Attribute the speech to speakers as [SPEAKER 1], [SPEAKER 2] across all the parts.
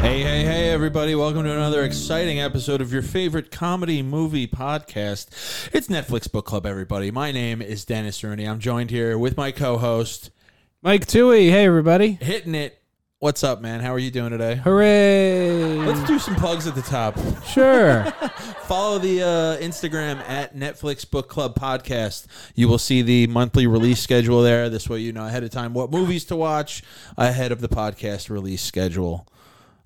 [SPEAKER 1] Hey, hey, hey, everybody. Welcome to another exciting episode of your favorite comedy movie podcast. It's Netflix Book Club, everybody. My name is Dennis Rooney. I'm joined here with my co host,
[SPEAKER 2] Mike Tui, hey everybody.
[SPEAKER 1] Hitting It. What's up, man? How are you doing today?
[SPEAKER 2] Hooray.
[SPEAKER 1] Let's do some plugs at the top.
[SPEAKER 2] Sure.
[SPEAKER 1] Follow the uh, Instagram at Netflix Book Club Podcast. You will see the monthly release schedule there. This way, you know ahead of time what movies to watch ahead of the podcast release schedule.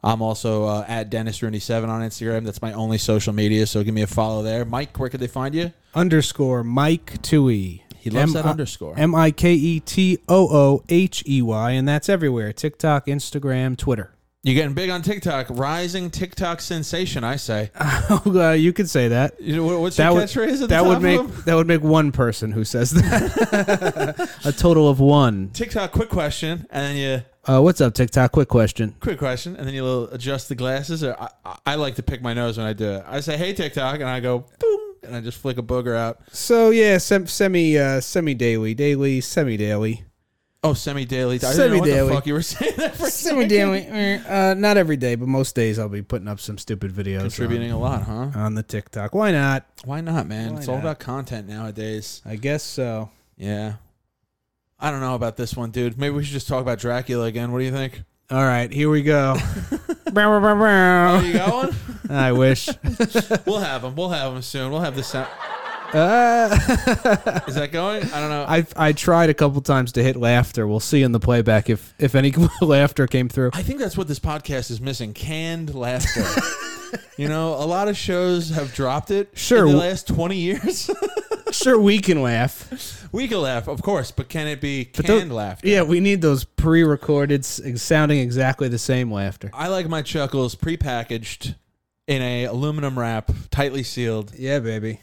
[SPEAKER 1] I'm also uh, at Dennis Rooney Seven on Instagram. That's my only social media, so give me a follow there. Mike, where could they find you?
[SPEAKER 2] underscore Mike Tui.
[SPEAKER 1] He loves that underscore.
[SPEAKER 2] M I K E T O O H E Y, and that's everywhere TikTok, Instagram, Twitter.
[SPEAKER 1] You're getting big on TikTok, rising TikTok sensation. I say.
[SPEAKER 2] uh, you could say that.
[SPEAKER 1] You know, what- what's
[SPEAKER 2] That
[SPEAKER 1] your
[SPEAKER 2] would
[SPEAKER 1] catchphrase? at the
[SPEAKER 2] that
[SPEAKER 1] top
[SPEAKER 2] would
[SPEAKER 1] of
[SPEAKER 2] make
[SPEAKER 1] them?
[SPEAKER 2] that would make one person who says that a total of one.
[SPEAKER 1] TikTok. Quick question, and then you
[SPEAKER 2] Uh, what's up, TikTok? Quick question.
[SPEAKER 1] Quick question, and then you'll adjust the glasses. Or I, I- I like to pick my nose when I do it. I say, "Hey TikTok," and I go boom, and I just flick a booger out.
[SPEAKER 2] So yeah, sem- semi uh, semi daily, daily, semi daily.
[SPEAKER 1] Oh, semi daily. I didn't know what the
[SPEAKER 2] Semi-daily.
[SPEAKER 1] fuck you were saying that for. a
[SPEAKER 2] Semi
[SPEAKER 1] second.
[SPEAKER 2] daily. Uh, not every day, but most days I'll be putting up some stupid videos.
[SPEAKER 1] Contributing a lot, huh?
[SPEAKER 2] on the TikTok. Why not?
[SPEAKER 1] Why not, man?
[SPEAKER 2] Why
[SPEAKER 1] it's all
[SPEAKER 2] not?
[SPEAKER 1] about content nowadays.
[SPEAKER 2] I guess so.
[SPEAKER 1] Yeah. I don't know about this one, dude. Maybe we should just talk about Dracula again. What do you think?
[SPEAKER 2] All right, here we go.
[SPEAKER 1] Oh, you got one?
[SPEAKER 2] I wish.
[SPEAKER 1] we'll have him. We'll have him soon. We'll have the sound.
[SPEAKER 2] Uh,
[SPEAKER 1] Is that going? I don't know. I,
[SPEAKER 2] I I tried a couple times to hit laughter. We'll see in the playback if if any laughter came through.
[SPEAKER 1] think that's what this podcast is missing: canned laughter. you know, a lot of shows have dropped it.
[SPEAKER 2] Sure.
[SPEAKER 1] In the last twenty years,
[SPEAKER 2] Sure, we can laugh.
[SPEAKER 1] we can laugh, of course, but can it be
[SPEAKER 2] But tho-
[SPEAKER 1] canned laughter?
[SPEAKER 2] Yeah, we need those pre-recorded, s- sounding exactly the same laughter.
[SPEAKER 1] I like my chuckles prepackaged in a aluminum wrap, tightly sealed,
[SPEAKER 2] Yeah, baby.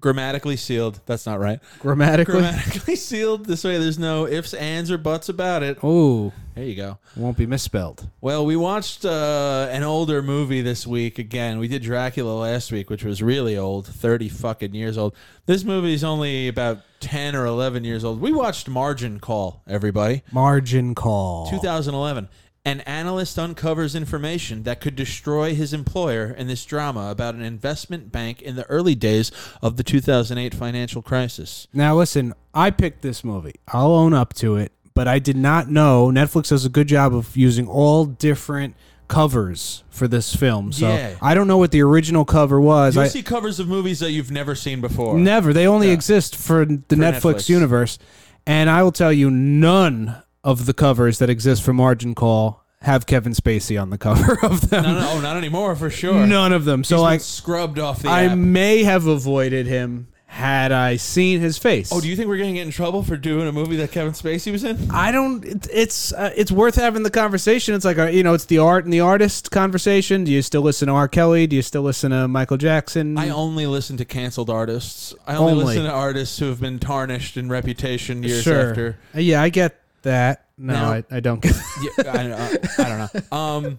[SPEAKER 1] grammatically sealed. That's not right.
[SPEAKER 2] Grammatically.
[SPEAKER 1] Grammatically sealed. This way, there's no ifs, ands, or buts about it.
[SPEAKER 2] oh,
[SPEAKER 1] There you go.
[SPEAKER 2] won't be misspelled.
[SPEAKER 1] Well, we watched uh, an older movie this week again. We did Dracula last week, which was really old, 30 fucking years old. This movie is only about 10 or 11 years old. We watched Margin Call, everybody,
[SPEAKER 2] Margin call.
[SPEAKER 1] 2011. An analyst uncovers information that could destroy his employer in this drama about an investment bank in the early days of the 2008 financial crisis.
[SPEAKER 2] Now listen, I picked this movie. I'll own up to it, but I did not know Netflix does a good job of using all different covers for this film. So
[SPEAKER 1] Yeah.
[SPEAKER 2] I don't know what the original cover was.
[SPEAKER 1] You
[SPEAKER 2] I
[SPEAKER 1] see covers of movies that you've never seen before.
[SPEAKER 2] never. They only
[SPEAKER 1] Yeah.
[SPEAKER 2] exist for the Netflix,
[SPEAKER 1] Netflix.
[SPEAKER 2] universe, and I will tell you none of the covers that exist for Margin Call have Kevin Spacey on the cover of them.
[SPEAKER 1] no, no, no, not anymore for sure.
[SPEAKER 2] None of them. So
[SPEAKER 1] He's been
[SPEAKER 2] like
[SPEAKER 1] scrubbed off the
[SPEAKER 2] I
[SPEAKER 1] app.
[SPEAKER 2] may have avoided him had I seen his face.
[SPEAKER 1] Oh, do you think we're gonna get in trouble for doing a movie that Kevin Spacey was in?
[SPEAKER 2] I don't. It, it's uh, it's worth having the conversation. It's like uh you know, it's the art and the artist conversation. Do you still listen to R. Kelly? Do you still listen to Michael Jackson?
[SPEAKER 1] I only listen to canceled artists. I only,
[SPEAKER 2] Only.
[SPEAKER 1] listen to artists who have been tarnished in reputation years after.
[SPEAKER 2] Uh, Yeah, I get that. No,
[SPEAKER 1] Now-
[SPEAKER 2] I, I don't get.
[SPEAKER 1] Yeah, I, don't- I, I don't know. Um,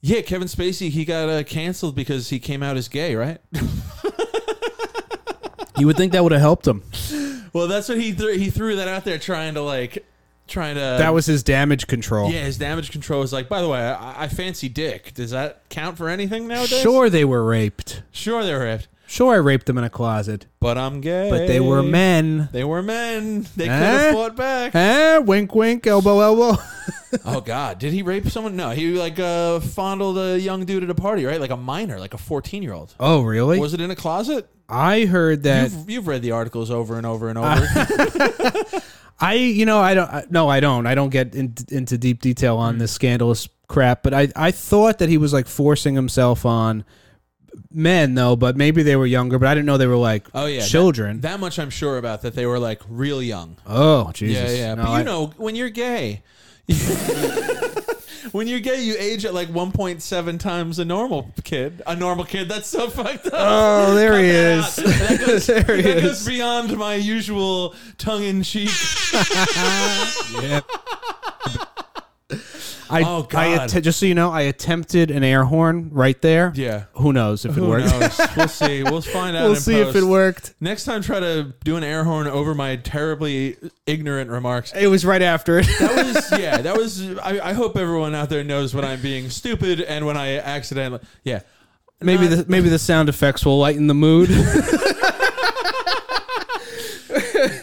[SPEAKER 1] yeah, Kevin Spacey he got uh, canceled because he came out as gay, right?
[SPEAKER 2] you would think that would have helped him.
[SPEAKER 1] Well, that's what he threw. He threw that out there, trying to like, trying to.
[SPEAKER 2] That was his damage control.
[SPEAKER 1] yeah. His damage control was like. By the way, I, I fancy dick. Does that count for anything nowadays?
[SPEAKER 2] Oh, Sure, they were raped.
[SPEAKER 1] sure, they were raped,
[SPEAKER 2] Sure, I raped them in a closet,
[SPEAKER 1] but I'm gay.
[SPEAKER 2] but they were men.
[SPEAKER 1] They were men. They could
[SPEAKER 2] Huh?
[SPEAKER 1] have fought back.
[SPEAKER 2] Eh, wink, wink, elbow, elbow.
[SPEAKER 1] Oh God, did he rape someone? No, he like uh, fondled a young dude at a party, right? Like a minor, like a fourteen-year-old.
[SPEAKER 2] oh, really?
[SPEAKER 1] Was it in a closet?
[SPEAKER 2] I heard that.
[SPEAKER 1] You've, you've read the articles over and over and over.
[SPEAKER 2] I, you know, I don't. I, no, I don't. I don't get in, into deep detail
[SPEAKER 1] Mm.
[SPEAKER 2] on this scandalous crap. But I, I thought that he was like forcing himself on men, though. But maybe they were younger. But I didn't know they were like,
[SPEAKER 1] Oh yeah, that-
[SPEAKER 2] children.
[SPEAKER 1] That, much I'm sure about. That they were like real young.
[SPEAKER 2] oh Jesus.
[SPEAKER 1] Yeah, yeah.
[SPEAKER 2] No,
[SPEAKER 1] but you
[SPEAKER 2] I-
[SPEAKER 1] know, when you're gay, when you're gay, you age at like 1.7 times a normal kid. A normal kid. That's so fucked up.
[SPEAKER 2] Oh, there he
[SPEAKER 1] Cut that out. That
[SPEAKER 2] is.
[SPEAKER 1] goes,
[SPEAKER 2] there he
[SPEAKER 1] that
[SPEAKER 2] is.
[SPEAKER 1] goes beyond my usual tongue-in-cheek.
[SPEAKER 2] Yeah. I,
[SPEAKER 1] Oh,
[SPEAKER 2] I
[SPEAKER 1] God.
[SPEAKER 2] att- just so you know, I attempted an air horn right there.
[SPEAKER 1] Yeah.
[SPEAKER 2] Who knows if it
[SPEAKER 1] Who
[SPEAKER 2] worked?
[SPEAKER 1] knows? We'll see. We'll find out.
[SPEAKER 2] we'll
[SPEAKER 1] in
[SPEAKER 2] see if it
[SPEAKER 1] post.
[SPEAKER 2] worked.
[SPEAKER 1] Next time, try to do an air horn over my terribly ignorant remarks.
[SPEAKER 2] It was right after it.
[SPEAKER 1] That was yeah. That was. I, I hope everyone out there knows when I'm being stupid and when I accidentally. Yeah.
[SPEAKER 2] maybe the maybe the sound effects will lighten the mood.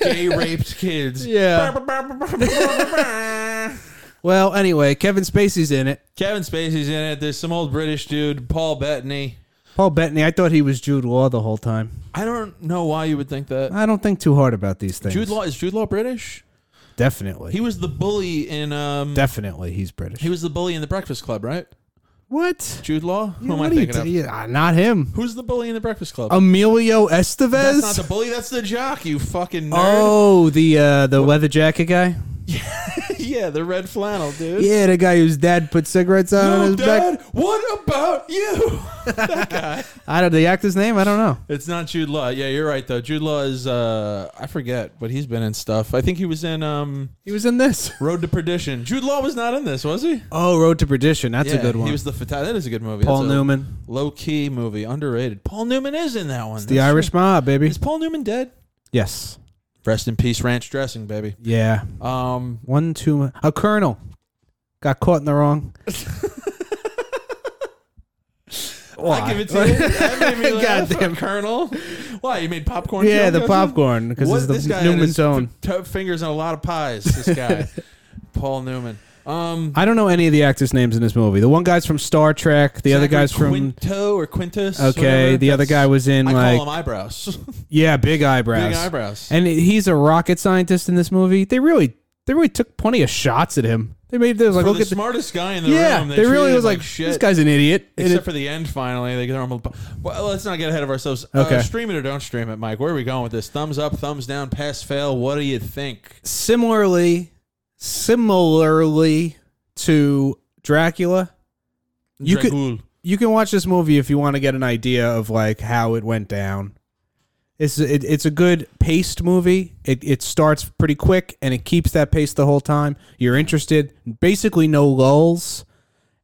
[SPEAKER 1] Gay raped kids.
[SPEAKER 2] Yeah. well, anyway, Kevin Spacey's in it.
[SPEAKER 1] Kevin Spacey's in it. There's some old British dude, Paul Bettany.
[SPEAKER 2] Paul Bettany. I thought he was Jude Law the whole time.
[SPEAKER 1] I don't know why you would think that.
[SPEAKER 2] I don't think too hard about these things.
[SPEAKER 1] Jude Law is Jude Law British?
[SPEAKER 2] definitely,
[SPEAKER 1] He was the bully in um.
[SPEAKER 2] definitely, he's British.
[SPEAKER 1] He was the bully in the Breakfast Club, right?
[SPEAKER 2] what?
[SPEAKER 1] Jude Law. Who am I
[SPEAKER 2] What are you
[SPEAKER 1] thinking of?
[SPEAKER 2] t- yeah, not him.
[SPEAKER 1] Who's the bully in the Breakfast Club?
[SPEAKER 2] Emilio Estevez.
[SPEAKER 1] that's not the bully. That's the jock. You fucking nerd.
[SPEAKER 2] oh, the uh, the leather jacket guy.
[SPEAKER 1] yeah, the red flannel dude.
[SPEAKER 2] Yeah, the guy whose dad put cigarettes out on
[SPEAKER 1] No,
[SPEAKER 2] his
[SPEAKER 1] Dad.
[SPEAKER 2] back.
[SPEAKER 1] What about you?
[SPEAKER 2] I don't. The actor's name? I don't know.
[SPEAKER 1] It's not Jude Law. Yeah, you're right though. Jude Law is uh I forget, but he's been in stuff. I think he was in um
[SPEAKER 2] He was in this.
[SPEAKER 1] Road to Perdition. Jude Law was not in this, was he?
[SPEAKER 2] Oh, Road to Perdition. That's a
[SPEAKER 1] Yeah,
[SPEAKER 2] good one.
[SPEAKER 1] He was the fatale. That is a good movie.
[SPEAKER 2] Paul
[SPEAKER 1] That's a
[SPEAKER 2] Newman.
[SPEAKER 1] Low key movie, underrated. Paul Newman is in that one.
[SPEAKER 2] The
[SPEAKER 1] That's
[SPEAKER 2] Irish
[SPEAKER 1] true.
[SPEAKER 2] Mob, baby.
[SPEAKER 1] Is Paul Newman dead?
[SPEAKER 2] Yes.
[SPEAKER 1] Rest in peace, ranch dressing, baby.
[SPEAKER 2] Yeah.
[SPEAKER 1] Um,
[SPEAKER 2] One, two. mu- A colonel got caught in the wrong.
[SPEAKER 1] I give it to you. That made me laugh.
[SPEAKER 2] Goddamn.
[SPEAKER 1] Colonel. Why you made popcorn?
[SPEAKER 2] Yeah,
[SPEAKER 1] jelly
[SPEAKER 2] the
[SPEAKER 1] or something?
[SPEAKER 2] popcorn because
[SPEAKER 1] What-
[SPEAKER 2] it's the
[SPEAKER 1] this guy had
[SPEAKER 2] Newman's
[SPEAKER 1] his
[SPEAKER 2] own.
[SPEAKER 1] f- t- fingers in a lot of pies. This guy, Paul Newman. Um,
[SPEAKER 2] I don't know any of the actors' names in this movie. The one guy's from Star Trek. The other
[SPEAKER 1] Zachary
[SPEAKER 2] guy's from.
[SPEAKER 1] Quinto or Quintus.
[SPEAKER 2] Okay,
[SPEAKER 1] whatever.
[SPEAKER 2] the other guy
[SPEAKER 1] That's-
[SPEAKER 2] was in
[SPEAKER 1] I
[SPEAKER 2] like
[SPEAKER 1] call him eyebrows.
[SPEAKER 2] yeah, big eyebrows.
[SPEAKER 1] Big eyebrows.
[SPEAKER 2] And he's a rocket scientist in this movie. They really, they really took plenty of shots at him. They made this like
[SPEAKER 1] For
[SPEAKER 2] look
[SPEAKER 1] the
[SPEAKER 2] at the
[SPEAKER 1] smartest guy in the
[SPEAKER 2] yeah.
[SPEAKER 1] room.
[SPEAKER 2] they really
[SPEAKER 1] treated
[SPEAKER 2] was
[SPEAKER 1] him
[SPEAKER 2] like,
[SPEAKER 1] shit.
[SPEAKER 2] this guy's an idiot. And
[SPEAKER 1] Except
[SPEAKER 2] it-
[SPEAKER 1] for the end, finally, they get normal. Well, let's not get ahead of ourselves. Uh,
[SPEAKER 2] Okay.
[SPEAKER 1] stream it or don't stream it, Mike. Where are we going with this? Thumbs up, thumbs down, pass, fail. What do you think?
[SPEAKER 2] similarly, similarly to Dracula, You could-
[SPEAKER 1] Dragul.
[SPEAKER 2] you can watch this movie if you want to get an idea of like how it went down. It's it, it's a good paced movie. It it starts pretty quick and it keeps that pace the whole time. You're interested, basically no lulls,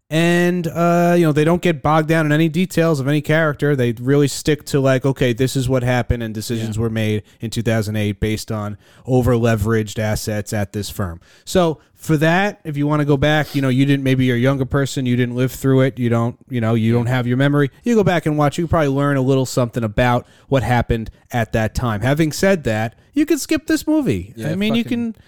[SPEAKER 2] and uh, you know they don't get bogged down in any details of any character. They really stick to like okay, this is what happened and decisions were made in 2008 based on over leveraged assets at this firm. So for that, if you want to go back, you know you didn't maybe you're a younger person, you didn't live through it, you don't you know you don't have your memory. You go back and watch. You probably learn a little something about what happened at that time. Having said that, you can skip this movie.
[SPEAKER 1] Yeah,
[SPEAKER 2] I mean, you
[SPEAKER 1] fucking-
[SPEAKER 2] can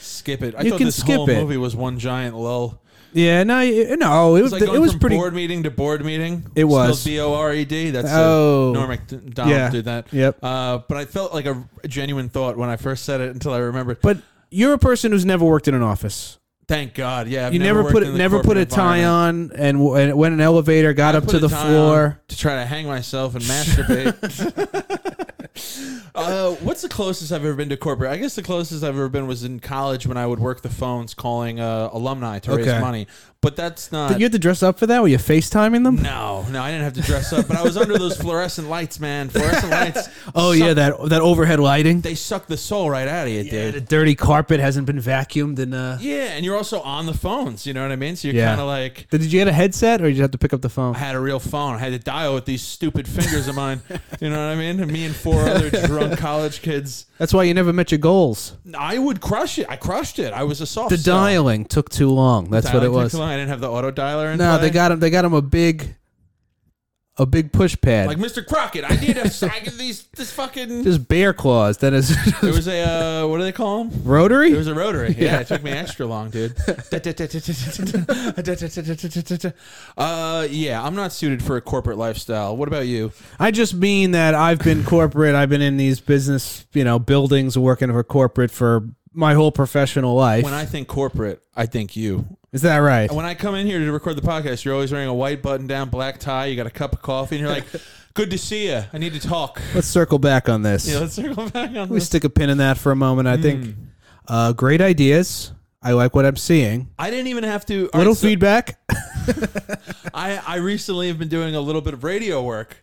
[SPEAKER 1] Skip it. I
[SPEAKER 2] You
[SPEAKER 1] thought
[SPEAKER 2] can
[SPEAKER 1] this
[SPEAKER 2] skip
[SPEAKER 1] whole
[SPEAKER 2] it.
[SPEAKER 1] movie was one giant lull.
[SPEAKER 2] yeah no you- no it
[SPEAKER 1] It's
[SPEAKER 2] was
[SPEAKER 1] like going
[SPEAKER 2] it was
[SPEAKER 1] from
[SPEAKER 2] pretty
[SPEAKER 1] board meeting to board meeting.
[SPEAKER 2] It was.
[SPEAKER 1] B O R E D. That's
[SPEAKER 2] Oh.
[SPEAKER 1] oh, Norm McDonald
[SPEAKER 2] Yeah.
[SPEAKER 1] did that.
[SPEAKER 2] Yep.
[SPEAKER 1] Uh, but I felt like a genuine thought when I first said it until I remembered.
[SPEAKER 2] But you're a person who's never worked in an office.
[SPEAKER 1] Thank God. Yeah. I've
[SPEAKER 2] You never,
[SPEAKER 1] worked
[SPEAKER 2] put
[SPEAKER 1] in
[SPEAKER 2] it,
[SPEAKER 1] the
[SPEAKER 2] never put a
[SPEAKER 1] corporate
[SPEAKER 2] tie
[SPEAKER 1] environment.
[SPEAKER 2] on and, w- and went in an elevator, got
[SPEAKER 1] I
[SPEAKER 2] up
[SPEAKER 1] put
[SPEAKER 2] to
[SPEAKER 1] a
[SPEAKER 2] the
[SPEAKER 1] tie on
[SPEAKER 2] floor.
[SPEAKER 1] to try to hang myself and masturbate. uh, what's the closest I've ever been to corporate? I guess the closest I've ever been was in college when I would work the phones calling uh, alumni to
[SPEAKER 2] Okay.
[SPEAKER 1] raise money. But that's not.
[SPEAKER 2] Did you have to dress up for that? Were you FaceTiming them?
[SPEAKER 1] No, no, I didn't have to dress up, but I was under those fluorescent lights, man. Fluorescent lights.
[SPEAKER 2] Oh
[SPEAKER 1] suck-
[SPEAKER 2] yeah, that that overhead lighting.
[SPEAKER 1] they suck the soul right out of you,
[SPEAKER 2] yeah, the
[SPEAKER 1] dude.
[SPEAKER 2] dirty carpet hasn't been vacuumed in uh
[SPEAKER 1] Yeah, and you're also on the phones. You know what I mean? So you're
[SPEAKER 2] Yeah.
[SPEAKER 1] kind of like,
[SPEAKER 2] Did you get a headset or did you have to pick up the phone?
[SPEAKER 1] I had a real phone. I had to dial with these stupid fingers of mine. You know what I mean? And me and four other drunk college kids.
[SPEAKER 2] That's why you never met your goals.
[SPEAKER 1] I would crush it. I crushed it. I was a soft.
[SPEAKER 2] The
[SPEAKER 1] stone.
[SPEAKER 2] dialing took too long. That's
[SPEAKER 1] Dialing
[SPEAKER 2] what it
[SPEAKER 1] took
[SPEAKER 2] was.
[SPEAKER 1] too long. I didn't have the auto dialer. In
[SPEAKER 2] No,
[SPEAKER 1] play.
[SPEAKER 2] they got him. They got him a big, a big push pad.
[SPEAKER 1] like Mr. Crockett. I need a. I get these. This fucking.
[SPEAKER 2] just bear claws. Then is
[SPEAKER 1] There was a. Uh, what do they call them?
[SPEAKER 2] rotary.
[SPEAKER 1] It was a rotary. Yeah, it took me extra long, dude. uh, yeah, I'm not suited for a corporate lifestyle. What about you?
[SPEAKER 2] I just mean that I've been corporate. I've been in these business, you know, buildings working for corporate for my whole professional life.
[SPEAKER 1] When I think corporate, I think you.
[SPEAKER 2] Is that right?
[SPEAKER 1] When I come in here to record the podcast, you're always wearing a white button-down black tie. You got a cup of coffee, and you're like, "Good to see you. I need to talk."
[SPEAKER 2] Let's circle back on this.
[SPEAKER 1] Yeah, Hmm. let's circle back on
[SPEAKER 2] we
[SPEAKER 1] this.
[SPEAKER 2] stick a pin in that for a moment. I think uh, great ideas. I like what I'm seeing.
[SPEAKER 1] I didn't even have to. all
[SPEAKER 2] Little
[SPEAKER 1] right, so
[SPEAKER 2] feedback.
[SPEAKER 1] I I recently have been doing a little bit of radio work,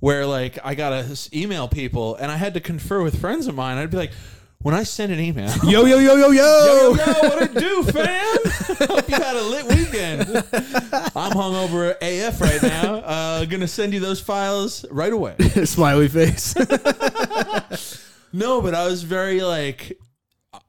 [SPEAKER 1] where like I gotta s- email people, and I had to confer with friends of mine. I'd be like. when I send an email,
[SPEAKER 2] Yo, yo, yo, yo,
[SPEAKER 1] yo, yo,
[SPEAKER 2] yo.
[SPEAKER 1] what it do, fam? Hope you had a lit weekend. I'm hungover AF right now. Uh, gonna send you those files right away.
[SPEAKER 2] Smiley face.
[SPEAKER 1] No, but I was very like,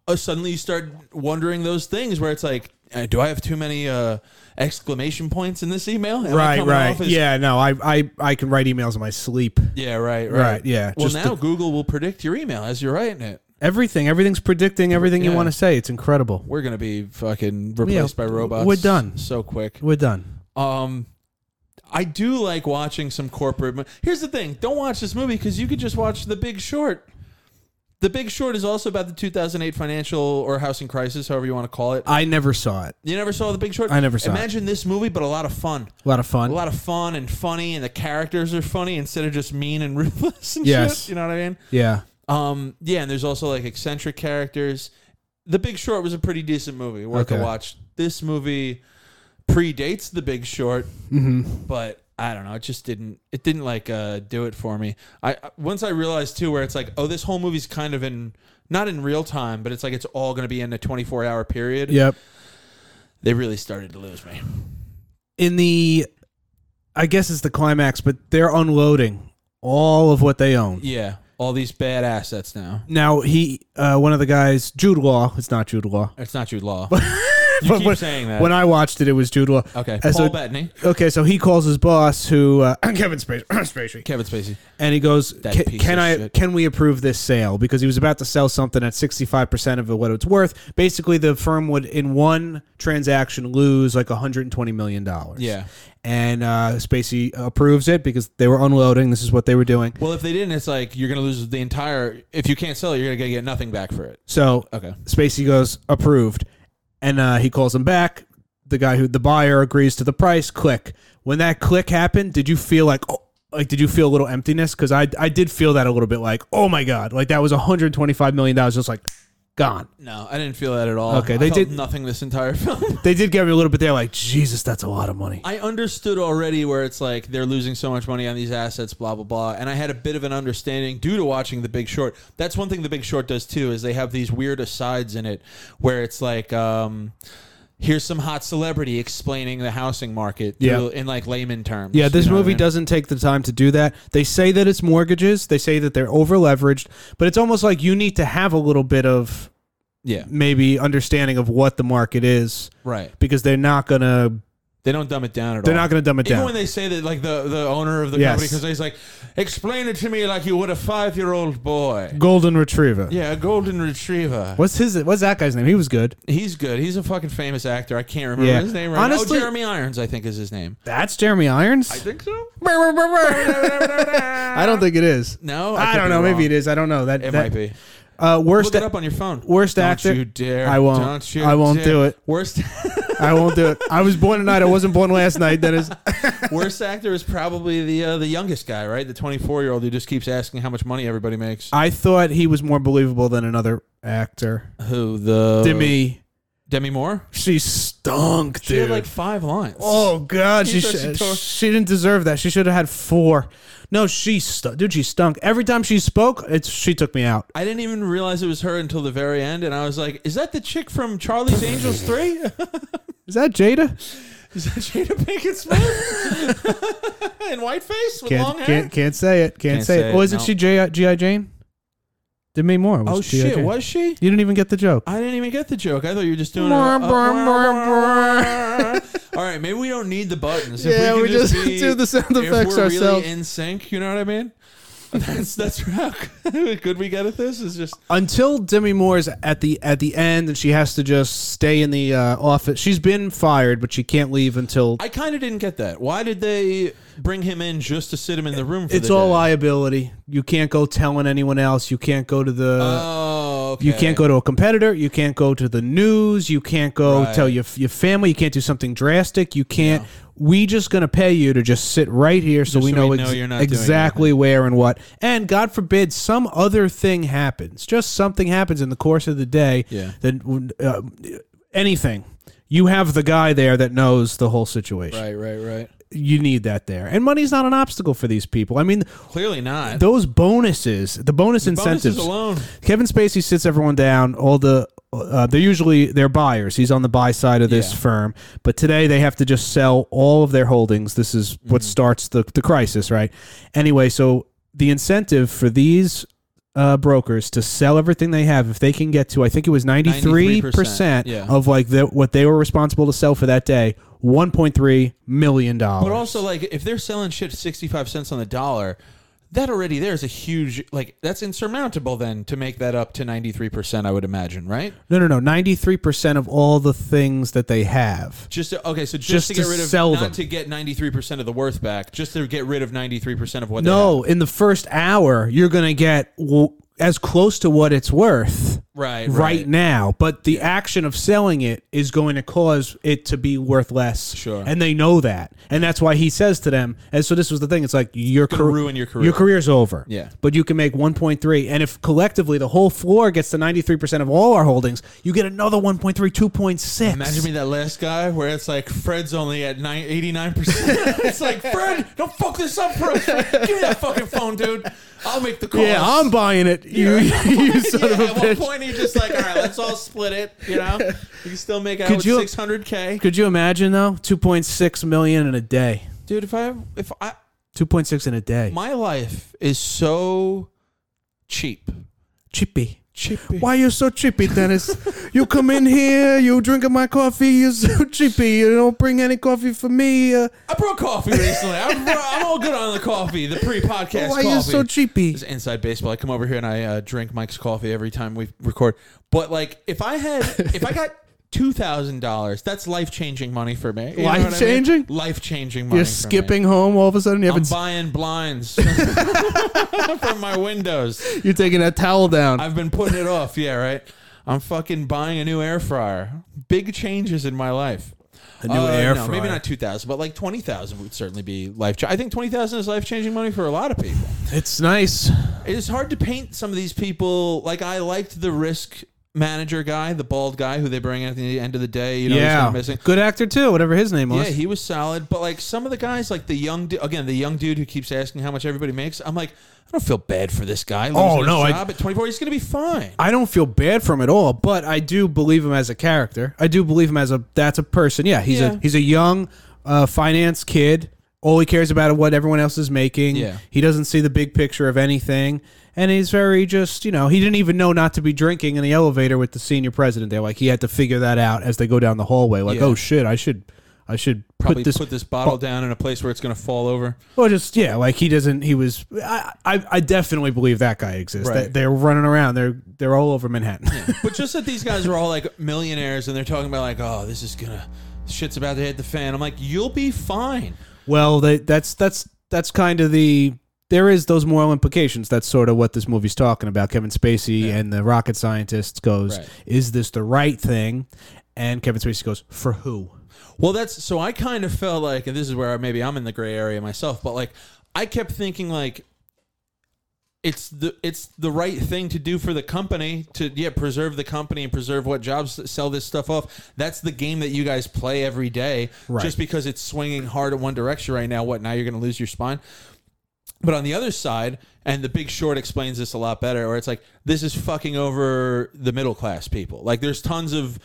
[SPEAKER 1] uh, suddenly you start wondering those things where it's like, uh, do I have too many uh, exclamation points in this email? Am I
[SPEAKER 2] right,
[SPEAKER 1] coming
[SPEAKER 2] right.
[SPEAKER 1] off as-
[SPEAKER 2] Yeah, no, I, I, I can write emails in my sleep.
[SPEAKER 1] yeah, right, right.
[SPEAKER 2] Right, yeah.
[SPEAKER 1] Well,
[SPEAKER 2] just
[SPEAKER 1] now
[SPEAKER 2] the-
[SPEAKER 1] Google will predict your email as you're writing it.
[SPEAKER 2] everything, everything's predicting everything
[SPEAKER 1] Yeah.
[SPEAKER 2] you want to say. It's incredible.
[SPEAKER 1] We're gonna be fucking replaced by robots.
[SPEAKER 2] we're done.
[SPEAKER 1] so quick.
[SPEAKER 2] We're done.
[SPEAKER 1] Um, I do like watching some corporate. Mo- Here's the thing: don't watch this movie because you could just watch The Big Short. The Big Short is also about the 2008 financial or housing crisis, however you want to call it.
[SPEAKER 2] I never saw it.
[SPEAKER 1] You never saw The Big Short?
[SPEAKER 2] I never saw it.
[SPEAKER 1] Imagine this movie, but a lot of fun.
[SPEAKER 2] A lot of fun.
[SPEAKER 1] A lot of fun and funny, and the characters are funny instead of just mean and ruthless and
[SPEAKER 2] Yes.
[SPEAKER 1] shit. You know what I mean?
[SPEAKER 2] yeah.
[SPEAKER 1] Um, yeah, and there's also like eccentric characters. The Big Short was a pretty decent movie worth a
[SPEAKER 2] Okay.
[SPEAKER 1] watch. This movie predates The Big Short,
[SPEAKER 2] Mm-hmm.
[SPEAKER 1] but I don't know. It just didn't. It didn't like uh, do it for me. I I- once I realized too, where it's like, oh, this whole movie's kind of in not in real time, but it's like it's all going to be in a 24 hour period.
[SPEAKER 2] Yep.
[SPEAKER 1] they really started to lose me.
[SPEAKER 2] In the, I guess it's the climax, but they're unloading all of what they own.
[SPEAKER 1] Yeah, all these bad assets now.
[SPEAKER 2] Now he, uh, one of the guys, Jude Law. It's not Jude Law.
[SPEAKER 1] It's not Jude Law. you
[SPEAKER 2] But
[SPEAKER 1] keep
[SPEAKER 2] when-
[SPEAKER 1] saying that.
[SPEAKER 2] When I watched it, it was Jude Law.
[SPEAKER 1] Uh, okay,
[SPEAKER 2] As
[SPEAKER 1] Paul
[SPEAKER 2] a-
[SPEAKER 1] Bettany,
[SPEAKER 2] Okay, so he calls his boss, who uh, Kevin Spacey, Spacey,
[SPEAKER 1] Kevin Spacey.
[SPEAKER 2] and he goes,
[SPEAKER 1] That
[SPEAKER 2] "Ca-
[SPEAKER 1] piece
[SPEAKER 2] "Can
[SPEAKER 1] of
[SPEAKER 2] I?
[SPEAKER 1] shit.
[SPEAKER 2] Can we approve this sale?" Because he was about to sell something at sixty five percent of what it's worth. Basically, the firm would, in one transaction, lose like one hundred and twenty million dollars.
[SPEAKER 1] Yeah.
[SPEAKER 2] and uh, Spacey approves it because they were unloading. This is what they were doing.
[SPEAKER 1] Well, if they didn't, it's like you're going to lose the entire. If you can't sell it, you're going to get nothing back for it.
[SPEAKER 2] So
[SPEAKER 1] Okay.
[SPEAKER 2] Spacey goes approved, and uh, he calls him back. The guy who the buyer agrees to the price. Click. When that click happened, did you feel like oh, like did you feel a little emptiness? Because I I did feel that a little bit like oh my god, like that was 125 million dollars just like gone.
[SPEAKER 1] No, I didn't feel that at all.
[SPEAKER 2] Okay,
[SPEAKER 1] I
[SPEAKER 2] they
[SPEAKER 1] felt
[SPEAKER 2] did-
[SPEAKER 1] nothing this entire film.
[SPEAKER 2] They did give me a little bit there like Jesus, that's a lot of money.
[SPEAKER 1] I understood already where it's like they're losing so much money on these assets, blah blah blah, and I had a bit of an understanding due to watching The Big Short. That's one thing The Big Short does too is they have these weird asides in it where it's like. um Here's some hot celebrity explaining the housing market
[SPEAKER 2] Yeah.
[SPEAKER 1] through- in like layman terms.
[SPEAKER 2] Yeah, this
[SPEAKER 1] you know what I
[SPEAKER 2] movie
[SPEAKER 1] mean?
[SPEAKER 2] doesn't take the time to do that. They say that it's mortgages. They say that they're over leveraged, but it's almost like you need to have a little bit of
[SPEAKER 1] Yeah,
[SPEAKER 2] maybe understanding of what the market is
[SPEAKER 1] right.
[SPEAKER 2] because they're not gonna
[SPEAKER 1] They don't dumb it down at
[SPEAKER 2] they're
[SPEAKER 1] all.
[SPEAKER 2] not gonna dumb it
[SPEAKER 1] Even
[SPEAKER 2] down.
[SPEAKER 1] when they say that, like the, the owner of the
[SPEAKER 2] Yes.
[SPEAKER 1] company, because he's like, explain it to me like you would a five year old boy.
[SPEAKER 2] Golden Retriever.
[SPEAKER 1] Yeah, a golden retriever.
[SPEAKER 2] What's his? What's that guy's name? He was good.
[SPEAKER 1] He's good. He's a fucking famous actor. I can't remember
[SPEAKER 2] Yeah.
[SPEAKER 1] his name right now.
[SPEAKER 2] Honestly-
[SPEAKER 1] oh, Jeremy Irons, I think, is his name.
[SPEAKER 2] That's Jeremy Irons. I,
[SPEAKER 1] think so.
[SPEAKER 2] don't think it is.
[SPEAKER 1] No,
[SPEAKER 2] I,
[SPEAKER 1] could
[SPEAKER 2] don't
[SPEAKER 1] be
[SPEAKER 2] know. Maybe
[SPEAKER 1] wrong.
[SPEAKER 2] it is. I don't know. That
[SPEAKER 1] It
[SPEAKER 2] that-
[SPEAKER 1] might be.
[SPEAKER 2] Uh,
[SPEAKER 1] Look
[SPEAKER 2] worst.
[SPEAKER 1] it up on your phone.
[SPEAKER 2] worst
[SPEAKER 1] don't
[SPEAKER 2] actor-
[SPEAKER 1] You dare.
[SPEAKER 2] I won't.
[SPEAKER 1] Don't you
[SPEAKER 2] I won't
[SPEAKER 1] dare.
[SPEAKER 2] do it.
[SPEAKER 1] Worst.
[SPEAKER 2] I won't do it. I was born tonight. I wasn't born last night. That is.
[SPEAKER 1] worst actor is probably the uh, the youngest guy, right? The twenty four year old who just keeps asking how much money everybody makes.
[SPEAKER 2] I thought he was more believable than another actor.
[SPEAKER 1] Who the
[SPEAKER 2] Uh, Demi.
[SPEAKER 1] Demi Moore?
[SPEAKER 2] She stunk, dude.
[SPEAKER 1] She had like five lines.
[SPEAKER 2] Oh God, she
[SPEAKER 1] You thought she
[SPEAKER 2] sh-
[SPEAKER 1] tore-
[SPEAKER 2] she didn't deserve that. She should have had four. No, she stunk, dude. She stunk. Every time she spoke, it's she took me out.
[SPEAKER 1] I didn't even realize it was her until the very end, and I was like, "Is that the chick from Charlie's Angels 3?
[SPEAKER 2] Is that Jada?
[SPEAKER 1] Is that Jada Pinkett Smith in whiteface with long
[SPEAKER 2] Can't
[SPEAKER 1] hair?"
[SPEAKER 2] can't can't say it. Can't,
[SPEAKER 1] Can't
[SPEAKER 2] say,
[SPEAKER 1] say
[SPEAKER 2] it.
[SPEAKER 1] it,
[SPEAKER 2] Oh, isn't
[SPEAKER 1] no.
[SPEAKER 2] she J- GI Jane? Demi Moore. Was
[SPEAKER 1] oh
[SPEAKER 2] G.I.
[SPEAKER 1] shit,
[SPEAKER 2] Jane.
[SPEAKER 1] was she?
[SPEAKER 2] You didn't even get the joke.
[SPEAKER 1] I didn't even get the joke. I thought you were just doing. it.
[SPEAKER 2] Brr, brr, brr,
[SPEAKER 1] All right, maybe we don't need the buttons. if
[SPEAKER 2] Yeah,
[SPEAKER 1] we,
[SPEAKER 2] we
[SPEAKER 1] can just,
[SPEAKER 2] just
[SPEAKER 1] be-
[SPEAKER 2] do the sound
[SPEAKER 1] if
[SPEAKER 2] effects
[SPEAKER 1] we're Really
[SPEAKER 2] ourselves.
[SPEAKER 1] in sync, you know what I mean? That's that's how good we get at this. Is just
[SPEAKER 2] Until Demi Moore's at the at the end, and she has to just stay in the uh, office. She's been fired, but she can't leave until
[SPEAKER 1] I kind of didn't get that. Why did they bring him in just to sit him in the room? For
[SPEAKER 2] it's
[SPEAKER 1] the
[SPEAKER 2] all
[SPEAKER 1] day?
[SPEAKER 2] liability. You can't go telling anyone else. You can't go to the.
[SPEAKER 1] Oh, okay.
[SPEAKER 2] uh, You can't go to a competitor. You can't go to the news. You can't go
[SPEAKER 1] Right.
[SPEAKER 2] tell your your family. You can't do something drastic. You can't. We just gonna pay you to just sit right here, so we
[SPEAKER 1] so
[SPEAKER 2] know,
[SPEAKER 1] we know
[SPEAKER 2] ex-
[SPEAKER 1] you're not doing
[SPEAKER 2] exactly where and what. And God forbid some other thing happens. Just something happens in the course of the day.
[SPEAKER 1] Yeah.
[SPEAKER 2] That uh, anything. You have the guy there that knows the whole situation.
[SPEAKER 1] Right, right, right.
[SPEAKER 2] you need that there. And money's not an obstacle for these people. I mean,
[SPEAKER 1] Clearly not.
[SPEAKER 2] those bonuses, the bonus incentives.
[SPEAKER 1] Bonuses alone.
[SPEAKER 2] Kevin Spacey sits everyone down. All the uh, they're usually they're buyers. He's on the buy side of this
[SPEAKER 1] Yeah.
[SPEAKER 2] firm, but today they have to just sell all of their holdings. This is what
[SPEAKER 1] Mm-hmm.
[SPEAKER 2] starts the the crisis, right? Anyway, so the incentive for these uh, brokers to sell everything they have, if they can get to, I think it was ninety three
[SPEAKER 1] 93%,
[SPEAKER 2] percent
[SPEAKER 1] yeah.
[SPEAKER 2] of like the, what they were responsible to sell for that day, one point three million dollars.
[SPEAKER 1] But also, like, if they're selling shit sixty five cents on the dollar, that already there is a huge like that's insurmountable. Then to make that up to ninety three percent, I would imagine, right?
[SPEAKER 2] no, no, no, ninety three percent of all the things that they have.
[SPEAKER 1] Just to, okay, so just,
[SPEAKER 2] Just
[SPEAKER 1] to get
[SPEAKER 2] to
[SPEAKER 1] rid of
[SPEAKER 2] sell
[SPEAKER 1] not
[SPEAKER 2] them.
[SPEAKER 1] to get ninety three percent of the worth back, just to get rid of ninety three percent of what.
[SPEAKER 2] No, in the first hour, you're going to get w- as close to what it's worth
[SPEAKER 1] they have. right,
[SPEAKER 2] right, now, but the action of selling it is going to cause it to be worth less.
[SPEAKER 1] Sure.
[SPEAKER 2] And they know that. And that's why he says to them, and so this was the thing, it's like your
[SPEAKER 1] gonna
[SPEAKER 2] car-
[SPEAKER 1] ruin your career.
[SPEAKER 2] Your career's over.
[SPEAKER 1] Yeah.
[SPEAKER 2] But you can make 1.3 and if collectively the whole floor gets to 93% of all our holdings, you get another 1.3 2.6.
[SPEAKER 1] Imagine me that last guy where it's like Fred's only at 89 percent. It's like Fred, don't fuck this up, bro. Give me that fucking phone, dude. I'll make the call.
[SPEAKER 2] yeah, I'm buying it. You, you son
[SPEAKER 1] yeah,
[SPEAKER 2] of a
[SPEAKER 1] at
[SPEAKER 2] bitch.
[SPEAKER 1] one point he's just like, all right, let's all split it. You know, you can still make out
[SPEAKER 2] Could
[SPEAKER 1] with
[SPEAKER 2] you-
[SPEAKER 1] 600k,
[SPEAKER 2] Could you imagine though? 2.6 million in a day.
[SPEAKER 1] dude. If I if I
[SPEAKER 2] 2.6 in a day.
[SPEAKER 1] my life is so cheap,
[SPEAKER 2] chippy.
[SPEAKER 1] cheapy.
[SPEAKER 2] Why you so chippy, Dennis? you come in here, you drinking my coffee, you so chippy. You don't bring any coffee for me. Uh,
[SPEAKER 1] I brought coffee recently. I'm, I'm all good on the coffee, the pre-podcast
[SPEAKER 2] why
[SPEAKER 1] coffee.
[SPEAKER 2] you so chippy?
[SPEAKER 1] This is inside baseball. I come over here and I uh, drink Mike's coffee every time we record. But like, if I had, if I got two thousand dollars, that's life changing money for me. You know what I mean?
[SPEAKER 2] Life-changing?
[SPEAKER 1] Life changing money.
[SPEAKER 2] You're
[SPEAKER 1] for me.
[SPEAKER 2] skipping home all of a sudden. You
[SPEAKER 1] I'm
[SPEAKER 2] haven't.
[SPEAKER 1] buying blinds from my windows.
[SPEAKER 2] you're taking that towel down.
[SPEAKER 1] I've been putting it off. Yeah, right. I'm fucking buying a new air fryer. Big changes in my life. A
[SPEAKER 2] new air
[SPEAKER 1] no, Maybe
[SPEAKER 2] fryer.
[SPEAKER 1] not two thousand, but like twenty thousand would certainly be life. I think twenty thousand is life changing money for a lot of people.
[SPEAKER 2] it's nice.
[SPEAKER 1] It's hard to paint some of these people. Like I liked the risk manager guy, the bald guy who they bring in at the end of the day. You know, he's
[SPEAKER 2] yeah,
[SPEAKER 1] not missing.
[SPEAKER 2] good actor too. Whatever his name
[SPEAKER 1] Yeah,
[SPEAKER 2] was.
[SPEAKER 1] he was solid. But like some of the guys, like the young du- again, the young dude who keeps asking how much everybody makes. I'm like, I don't feel bad for this guy. losing
[SPEAKER 2] Oh,
[SPEAKER 1] his
[SPEAKER 2] no, I-
[SPEAKER 1] job at 24, he's gonna be fine.
[SPEAKER 2] I don't feel bad for him at all, but I do believe him as a character. I do believe him as a that's a person. Yeah, he's
[SPEAKER 1] Yeah.
[SPEAKER 2] a he's a young uh, finance kid. All he cares about is what everyone else is making.
[SPEAKER 1] Yeah.
[SPEAKER 2] He doesn't see the big picture of anything. And he's very just, you know, he didn't even know not to be drinking in the elevator with the senior president there. Like he had to figure that out as they go down the hallway. Like,
[SPEAKER 1] Yeah.
[SPEAKER 2] oh shit, I should I should
[SPEAKER 1] Probably
[SPEAKER 2] put this
[SPEAKER 1] put this bottle down in a place where it's gonna fall over.
[SPEAKER 2] well, just yeah, like he doesn't. He was. I. I, I definitely believe that guy exists.
[SPEAKER 1] Right.
[SPEAKER 2] They, they're running around. They're they're all over Manhattan.
[SPEAKER 1] but just that these guys are all like millionaires and they're talking about like, oh, this is gonna shit's about to hit the fan. I'm like, you'll be fine.
[SPEAKER 2] Well, they, that's that's that's kind of the there is those moral implications. That's sort of what this movie's talking about. Kevin Spacey and the rocket scientist goes,
[SPEAKER 1] Right.
[SPEAKER 2] "Is this the right thing?" And Kevin Spacey goes, "For who?"
[SPEAKER 1] Well, that's so I kind of felt like, and this is where maybe I'm in the gray area myself, but like I kept thinking like it's the it's the right thing to do for the company to yeah preserve the company and preserve what jobs sell this stuff off. That's the game that you guys play every day.
[SPEAKER 2] Right.
[SPEAKER 1] Just because it's swinging hard in one direction right now, what now you're going to lose your spine. But on the other side, and The Big Short explains this a lot better, where it's like this is fucking over the middle class people. Like there's tons of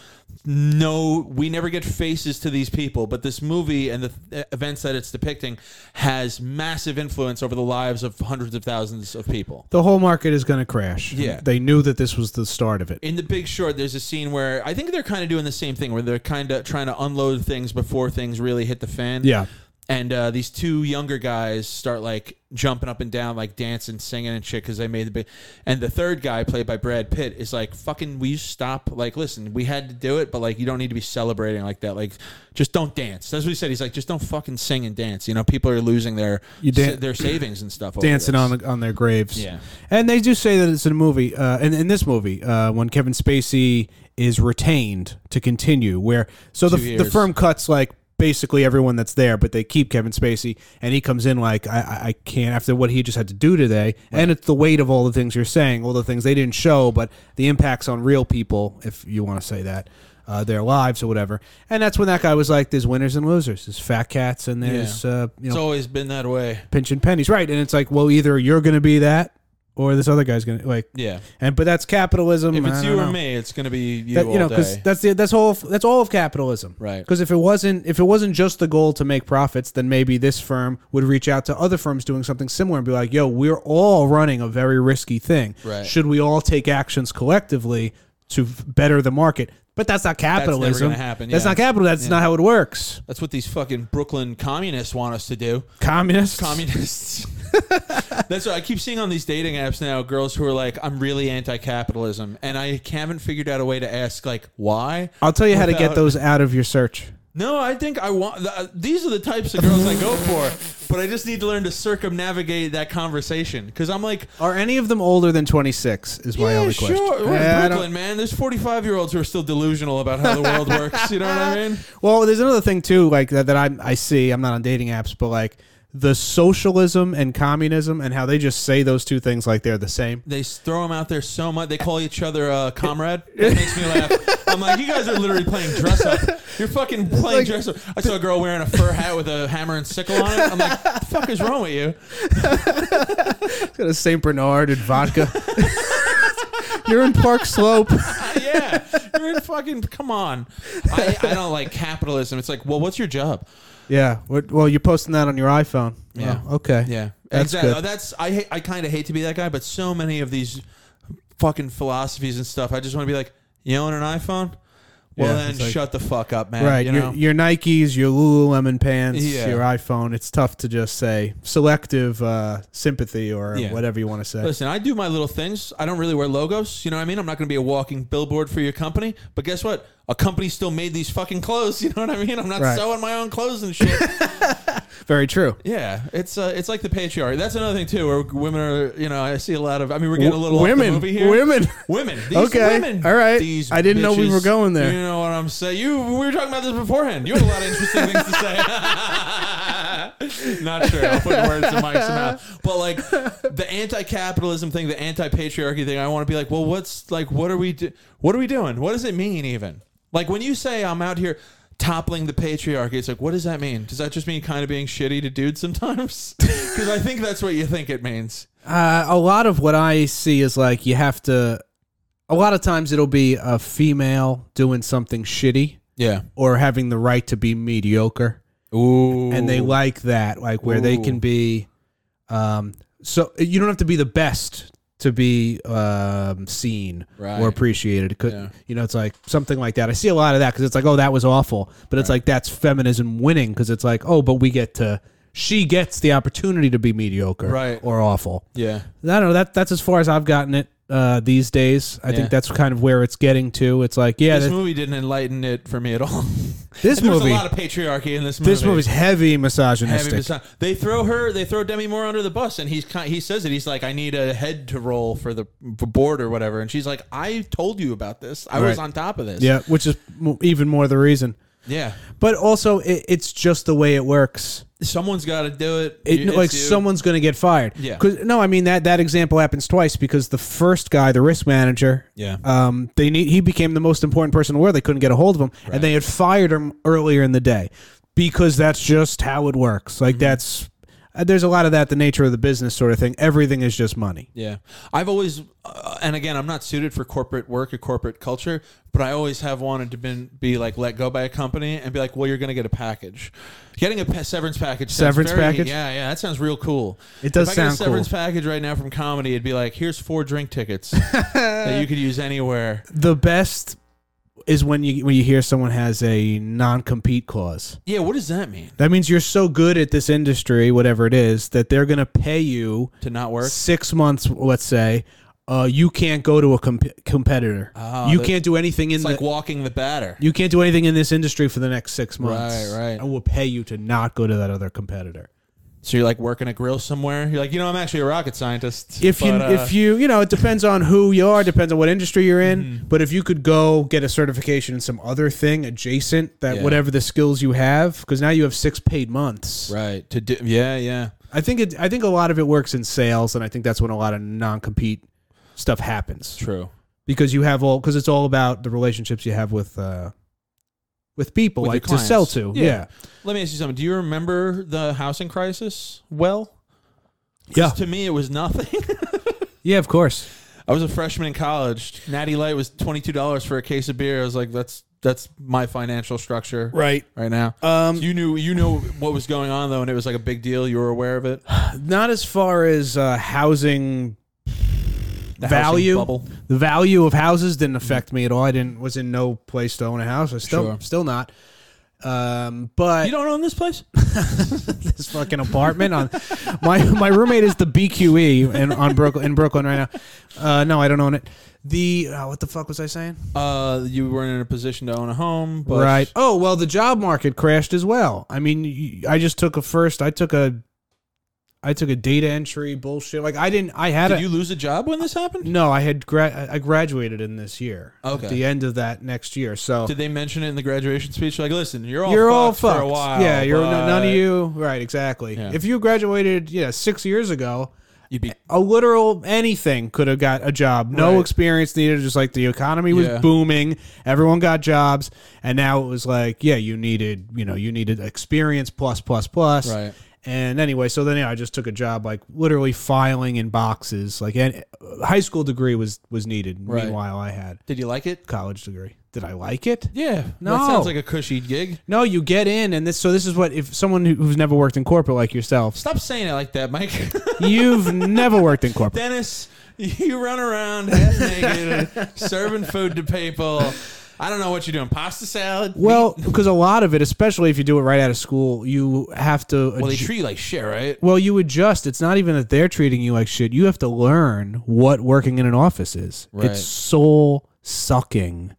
[SPEAKER 1] no, we never get faces to these people, but this movie and the th- events that it's depicting has massive influence over the lives of hundreds of thousands of people.
[SPEAKER 2] The whole market is going to crash.
[SPEAKER 1] Yeah.
[SPEAKER 2] they knew that this was the start of it.
[SPEAKER 1] In The Big Short, there's a scene where I think they're kind of doing the same thing, where they're kind of trying to unload things before things really hit the fan.
[SPEAKER 2] yeah,
[SPEAKER 1] and uh, these two younger guys start like jumping up and down, like dancing, singing and shit because they made the big. And the third guy, played by Brad Pitt, is like, "Fucking, will you stop? Like, listen, we had to do it, but like, you don't need to be celebrating like that. Like, just don't dance." That's what he said. He's like, "Just don't fucking sing and dance." You know, people are losing their
[SPEAKER 2] You dan-
[SPEAKER 1] their savings and stuff. Over
[SPEAKER 2] dancing
[SPEAKER 1] this.
[SPEAKER 2] on the, on their graves.
[SPEAKER 1] Yeah.
[SPEAKER 2] and they do say that it's in a movie. Uh, in, in this movie, uh, when Kevin Spacey is retained to continue, where so the, the
[SPEAKER 1] years.
[SPEAKER 2] firm cuts like basically everyone that's there, but they keep Kevin Spacey, and he comes in like I- I, I can't after what he just had to do today, and it's the weight of all the things you're saying, all the things they didn't show, but the impacts on real people, if you want to say that. uh, their lives or whatever. And that's when that guy was like, "There's winners and losers. There's fat cats and there's uh, you know
[SPEAKER 1] It's always been that way.
[SPEAKER 2] pinching pennies, right?" And it's like, well, either you're going to be that or this other guy's going to like.
[SPEAKER 1] Yeah.
[SPEAKER 2] And but that's capitalism.
[SPEAKER 1] If
[SPEAKER 2] I
[SPEAKER 1] it's
[SPEAKER 2] don't
[SPEAKER 1] you or
[SPEAKER 2] know.
[SPEAKER 1] me, it's going to be you
[SPEAKER 2] That-
[SPEAKER 1] all
[SPEAKER 2] you know, because
[SPEAKER 1] day.
[SPEAKER 2] that's the that's all that's all of capitalism,
[SPEAKER 1] Right.
[SPEAKER 2] Because if it wasn't if it wasn't just the goal to make profits, then maybe this firm would reach out to other firms doing something similar and be like, "Yo, we're all running a very risky thing.
[SPEAKER 1] Right.
[SPEAKER 2] Should we all take actions collectively to f- better the market?" But that's not capitalism.
[SPEAKER 1] gonna happen,
[SPEAKER 2] That's
[SPEAKER 1] yeah.
[SPEAKER 2] not capital. That's not how it works.
[SPEAKER 1] That's what these fucking Brooklyn communists want us to do.
[SPEAKER 2] Communists.
[SPEAKER 1] Communists. That's what I keep seeing on these dating apps now. Girls who are like, "I'm really anti-capitalism," and I haven't figured out a way to ask like why.
[SPEAKER 2] I'll tell you how to get
[SPEAKER 1] Without-
[SPEAKER 2] those out of your search.
[SPEAKER 1] No, I think I want. th- uh, These are the types of girls I go for, but I just need to learn to circumnavigate that conversation because I'm like,
[SPEAKER 2] Are any of them older than twenty six? Is my
[SPEAKER 1] yeah,
[SPEAKER 2] only question.
[SPEAKER 1] sure, we're
[SPEAKER 2] Yeah, I
[SPEAKER 1] in
[SPEAKER 2] don't-
[SPEAKER 1] Brooklyn, man. There's 45 year olds who are still delusional about how the world works. You know what I mean?
[SPEAKER 2] Well, there's another thing too, like that, that I I see. I'm not on dating apps, but like the socialism and communism and how they just say those two things like they're the same.
[SPEAKER 1] They s- throw them out there so much. They call each other uh, comrade. It makes me laugh. I'm like, you guys are literally playing dress up. You're fucking playing
[SPEAKER 2] like-
[SPEAKER 1] dress up. I saw a girl wearing a fur hat with a hammer and sickle on it. I'm like, what the fuck is wrong with you?
[SPEAKER 2] It's got a Saint Bernard and vodka. You're in Park Slope.
[SPEAKER 1] Uh, yeah, you're in fucking. Come on, I, I don't like capitalism. It's like, well, what's your job?
[SPEAKER 2] Yeah. what- Well, you're posting that on your iPhone.
[SPEAKER 1] Yeah.
[SPEAKER 2] Oh, okay.
[SPEAKER 1] Yeah,
[SPEAKER 2] That's
[SPEAKER 1] exactly.
[SPEAKER 2] good.
[SPEAKER 1] That's I. ha- I kind of hate to be that guy, but so many of these fucking philosophies and stuff, I just want to be like, you own an iPhone? Well,
[SPEAKER 2] Yeah,
[SPEAKER 1] then
[SPEAKER 2] it's like-
[SPEAKER 1] shut the fuck up, man.
[SPEAKER 2] Right.
[SPEAKER 1] You
[SPEAKER 2] your,
[SPEAKER 1] know.
[SPEAKER 2] your Nikes, your Lululemon pants,
[SPEAKER 1] Yeah.
[SPEAKER 2] your iPhone. It's tough to just say selective uh, sympathy or
[SPEAKER 1] Yeah.
[SPEAKER 2] whatever you want to say.
[SPEAKER 1] Listen, I do my little things. I don't really wear logos. You know what I mean? I'm not going to be a walking billboard for your company. But guess what? A company still made these fucking clothes. You know what I mean? I'm not
[SPEAKER 2] Right.
[SPEAKER 1] sewing my own clothes and shit.
[SPEAKER 2] Very true.
[SPEAKER 1] Yeah, it's uh, it's like the patriarchy. That's another thing too, where women are. You know, I see a lot of. I mean, we're getting a little
[SPEAKER 2] women.
[SPEAKER 1] Off the movie here.
[SPEAKER 2] Women.
[SPEAKER 1] women. These
[SPEAKER 2] Okay,
[SPEAKER 1] women.
[SPEAKER 2] all right.
[SPEAKER 1] These
[SPEAKER 2] I didn't know we
[SPEAKER 1] bitches.
[SPEAKER 2] were going there.
[SPEAKER 1] You know what I'm saying? You we were talking about this beforehand. You had a lot of interesting things to say. Not sure. I'll put words in Mike's mouth. But like the anti-capitalism thing, the anti-patriarchy thing, I want to be like, well, what's like, what are we, do- what are we doing? What does it mean even? Like when you say I'm out here toppling the patriarchy, it's like, what does that mean? Does that just mean kind of being shitty to dudes sometimes? Because I think that's what you think it means.
[SPEAKER 2] Uh, a lot of what I see is like you have to. A lot of times it'll be a female doing something shitty
[SPEAKER 1] Yeah.
[SPEAKER 2] or having the right to be mediocre,
[SPEAKER 1] Ooh.
[SPEAKER 2] and they like that, like where they
[SPEAKER 1] Ooh.
[SPEAKER 2] can be. Um, so you don't have to be the best to be um, seen
[SPEAKER 1] Right.
[SPEAKER 2] or appreciated. It could-
[SPEAKER 1] Yeah.
[SPEAKER 2] You know, it's like something like that. I see a lot of that because it's like, oh, that was awful, but it's like that's feminism winning because it's like, oh, but we get to. She gets the opportunity to be mediocre
[SPEAKER 1] Right.
[SPEAKER 2] or awful.
[SPEAKER 1] Yeah.
[SPEAKER 2] I don't know. That that's as far as I've gotten it uh, these days. I
[SPEAKER 1] Yeah.
[SPEAKER 2] think that's kind of where it's getting to. It's like, yeah,
[SPEAKER 1] this
[SPEAKER 2] that-
[SPEAKER 1] movie didn't enlighten it for me at all.
[SPEAKER 2] this,
[SPEAKER 1] There's
[SPEAKER 2] movie,
[SPEAKER 1] a lot of patriarchy in this movie.
[SPEAKER 2] this movie's heavy
[SPEAKER 1] Heavy
[SPEAKER 2] misogynistic.
[SPEAKER 1] besi- they throw her, they throw Demi Moore under the bus, and he's kind, he says it. He's like, "I need a head to roll for the for board or whatever," and she's like, "I told you about this. I was
[SPEAKER 2] Right.
[SPEAKER 1] on top of this."
[SPEAKER 2] yeah, which is m- even more the reason.
[SPEAKER 1] yeah.
[SPEAKER 2] But also, it, it's just the way it works.
[SPEAKER 1] Someone's got to do it.
[SPEAKER 2] It,
[SPEAKER 1] You-
[SPEAKER 2] like
[SPEAKER 1] it's you.
[SPEAKER 2] someone's going to get fired.
[SPEAKER 1] Yeah.
[SPEAKER 2] 'Cause- no, I mean that that example happens twice because the first guy, the risk manager,
[SPEAKER 1] Yeah.
[SPEAKER 2] um, they need he became the most important person in the world. They couldn't get a hold of him, and they had fired him earlier in the day because that's just how it works. Like that's uh, there's a lot of that, the nature of the business sort of thing. Everything is just money.
[SPEAKER 1] Yeah. I've always, uh, and again, I'm not suited for corporate work or corporate culture, but I always have wanted to been, be like let go by a company and be like, well, you're going to get a package. Getting a pa- severance package. sounds
[SPEAKER 2] Severance
[SPEAKER 1] very-
[SPEAKER 2] package?
[SPEAKER 1] Yeah, yeah. That sounds real cool.
[SPEAKER 2] It does
[SPEAKER 1] if I get a
[SPEAKER 2] sound cool.
[SPEAKER 1] severance package right now from comedy, it'd be like, here's four drink tickets that you could use anywhere.
[SPEAKER 2] The best is when you when you hear someone has a non compete clause.
[SPEAKER 1] Yeah, what does that mean?
[SPEAKER 2] That means you're so good at this industry, whatever it is, that they're going to pay you
[SPEAKER 1] To not work?
[SPEAKER 2] six months, let's say. Uh, you can't go to a comp- competitor.
[SPEAKER 1] Oh,
[SPEAKER 2] you
[SPEAKER 1] that-
[SPEAKER 2] can't do anything in
[SPEAKER 1] It's
[SPEAKER 2] the,
[SPEAKER 1] like walking the batter.
[SPEAKER 2] You can't do anything in this industry for the next six months.
[SPEAKER 1] Right, right.
[SPEAKER 2] I will pay you to not go to that other competitor.
[SPEAKER 1] So you're like working a grill somewhere. You're like, you know, I'm actually a rocket scientist.
[SPEAKER 2] If you,
[SPEAKER 1] but, uh,
[SPEAKER 2] if you, you know, it depends on who you are, depends on what industry you're in.
[SPEAKER 1] Mm-hmm.
[SPEAKER 2] But if you could go get a certification in some other thing adjacent, that
[SPEAKER 1] Yeah.
[SPEAKER 2] whatever the skills you have, because now you have six paid months.
[SPEAKER 1] Right. To do, yeah, yeah.
[SPEAKER 2] I think it. I think a lot of it works in sales, and I think that's when a lot of non-compete stuff happens
[SPEAKER 1] True.
[SPEAKER 2] because you have all because it's all about the relationships you have with uh, with people
[SPEAKER 1] With your
[SPEAKER 2] like to sell
[SPEAKER 1] clients.
[SPEAKER 2] to.
[SPEAKER 1] Yeah.
[SPEAKER 2] Yeah.
[SPEAKER 1] Let me ask you something. Do you remember the housing crisis well? 'Cause
[SPEAKER 2] Yeah.
[SPEAKER 1] To me, it was nothing.
[SPEAKER 2] Yeah, of course.
[SPEAKER 1] I was a freshman in college. Natty Light was twenty two dollars for a case of beer. I was like, that's that's my financial structure
[SPEAKER 2] Right.
[SPEAKER 1] right now.
[SPEAKER 2] Um,
[SPEAKER 1] you knew you knew what was going on though, and it was like a big deal. You were aware of it.
[SPEAKER 2] Not as far as uh, housing
[SPEAKER 1] The housing
[SPEAKER 2] value.
[SPEAKER 1] bubble.
[SPEAKER 2] The value of houses didn't affect me at all. I didn't was in no place to own a house. I still
[SPEAKER 1] Sure.
[SPEAKER 2] still not. Um, but
[SPEAKER 1] You don't own this place.
[SPEAKER 2] this fucking apartment on my my roommate is the BQE and on Brooklyn in Brooklyn right now. Uh, no, I don't own it. The uh, what the fuck was I saying?
[SPEAKER 1] Uh, you weren't in a position to own a home, but
[SPEAKER 2] right. Oh well, the job market crashed as well. I mean, y- I just took a first. I took a. I took a data entry bullshit. Like I didn't. I had
[SPEAKER 1] Did
[SPEAKER 2] a,
[SPEAKER 1] you lose a job when this happened?
[SPEAKER 2] no. I had gra- I graduated in this year.
[SPEAKER 1] Okay.
[SPEAKER 2] At the end of that next year. So
[SPEAKER 1] Did they mention it in the graduation speech? Like, listen, you're all
[SPEAKER 2] you're
[SPEAKER 1] fucked
[SPEAKER 2] all fucked.
[SPEAKER 1] for a while.
[SPEAKER 2] yeah. You're
[SPEAKER 1] but
[SPEAKER 2] none of you. Right. Exactly.
[SPEAKER 1] Yeah.
[SPEAKER 2] If you graduated, yeah, six years ago,
[SPEAKER 1] You'd be
[SPEAKER 2] a literal anything could have got a job. No
[SPEAKER 1] Right.
[SPEAKER 2] experience needed. Just like the economy was
[SPEAKER 1] Yeah.
[SPEAKER 2] booming, everyone got jobs, and now it was like, yeah, you needed, you know, you needed experience plus plus plus.
[SPEAKER 1] Right.
[SPEAKER 2] And anyway, so then yeah, I just took a job like literally filing in boxes. Like, and a high school degree was was needed.
[SPEAKER 1] Right.
[SPEAKER 2] Meanwhile, I had
[SPEAKER 1] Did you like it?
[SPEAKER 2] college degree. Did I like it?
[SPEAKER 1] Yeah. That
[SPEAKER 2] No.
[SPEAKER 1] sounds like a cushy gig.
[SPEAKER 2] No, you get in, and this. So this is what if someone who- who's never worked in corporate like yourself,
[SPEAKER 1] Stop saying it like that, Mike.
[SPEAKER 2] you've never worked in corporate.
[SPEAKER 1] Dennis, you run around half naked, serving food to people. I don't know what you're doing. Pasta salad?
[SPEAKER 2] Well, because a lot of it, especially if you do it right out of school, you have to.
[SPEAKER 1] Well, they
[SPEAKER 2] adju-
[SPEAKER 1] treat you like shit, right?
[SPEAKER 2] well, you adjust. It's not even that they're treating you like shit. You have to learn what working in an office is.
[SPEAKER 1] Right.
[SPEAKER 2] It's soul sucking,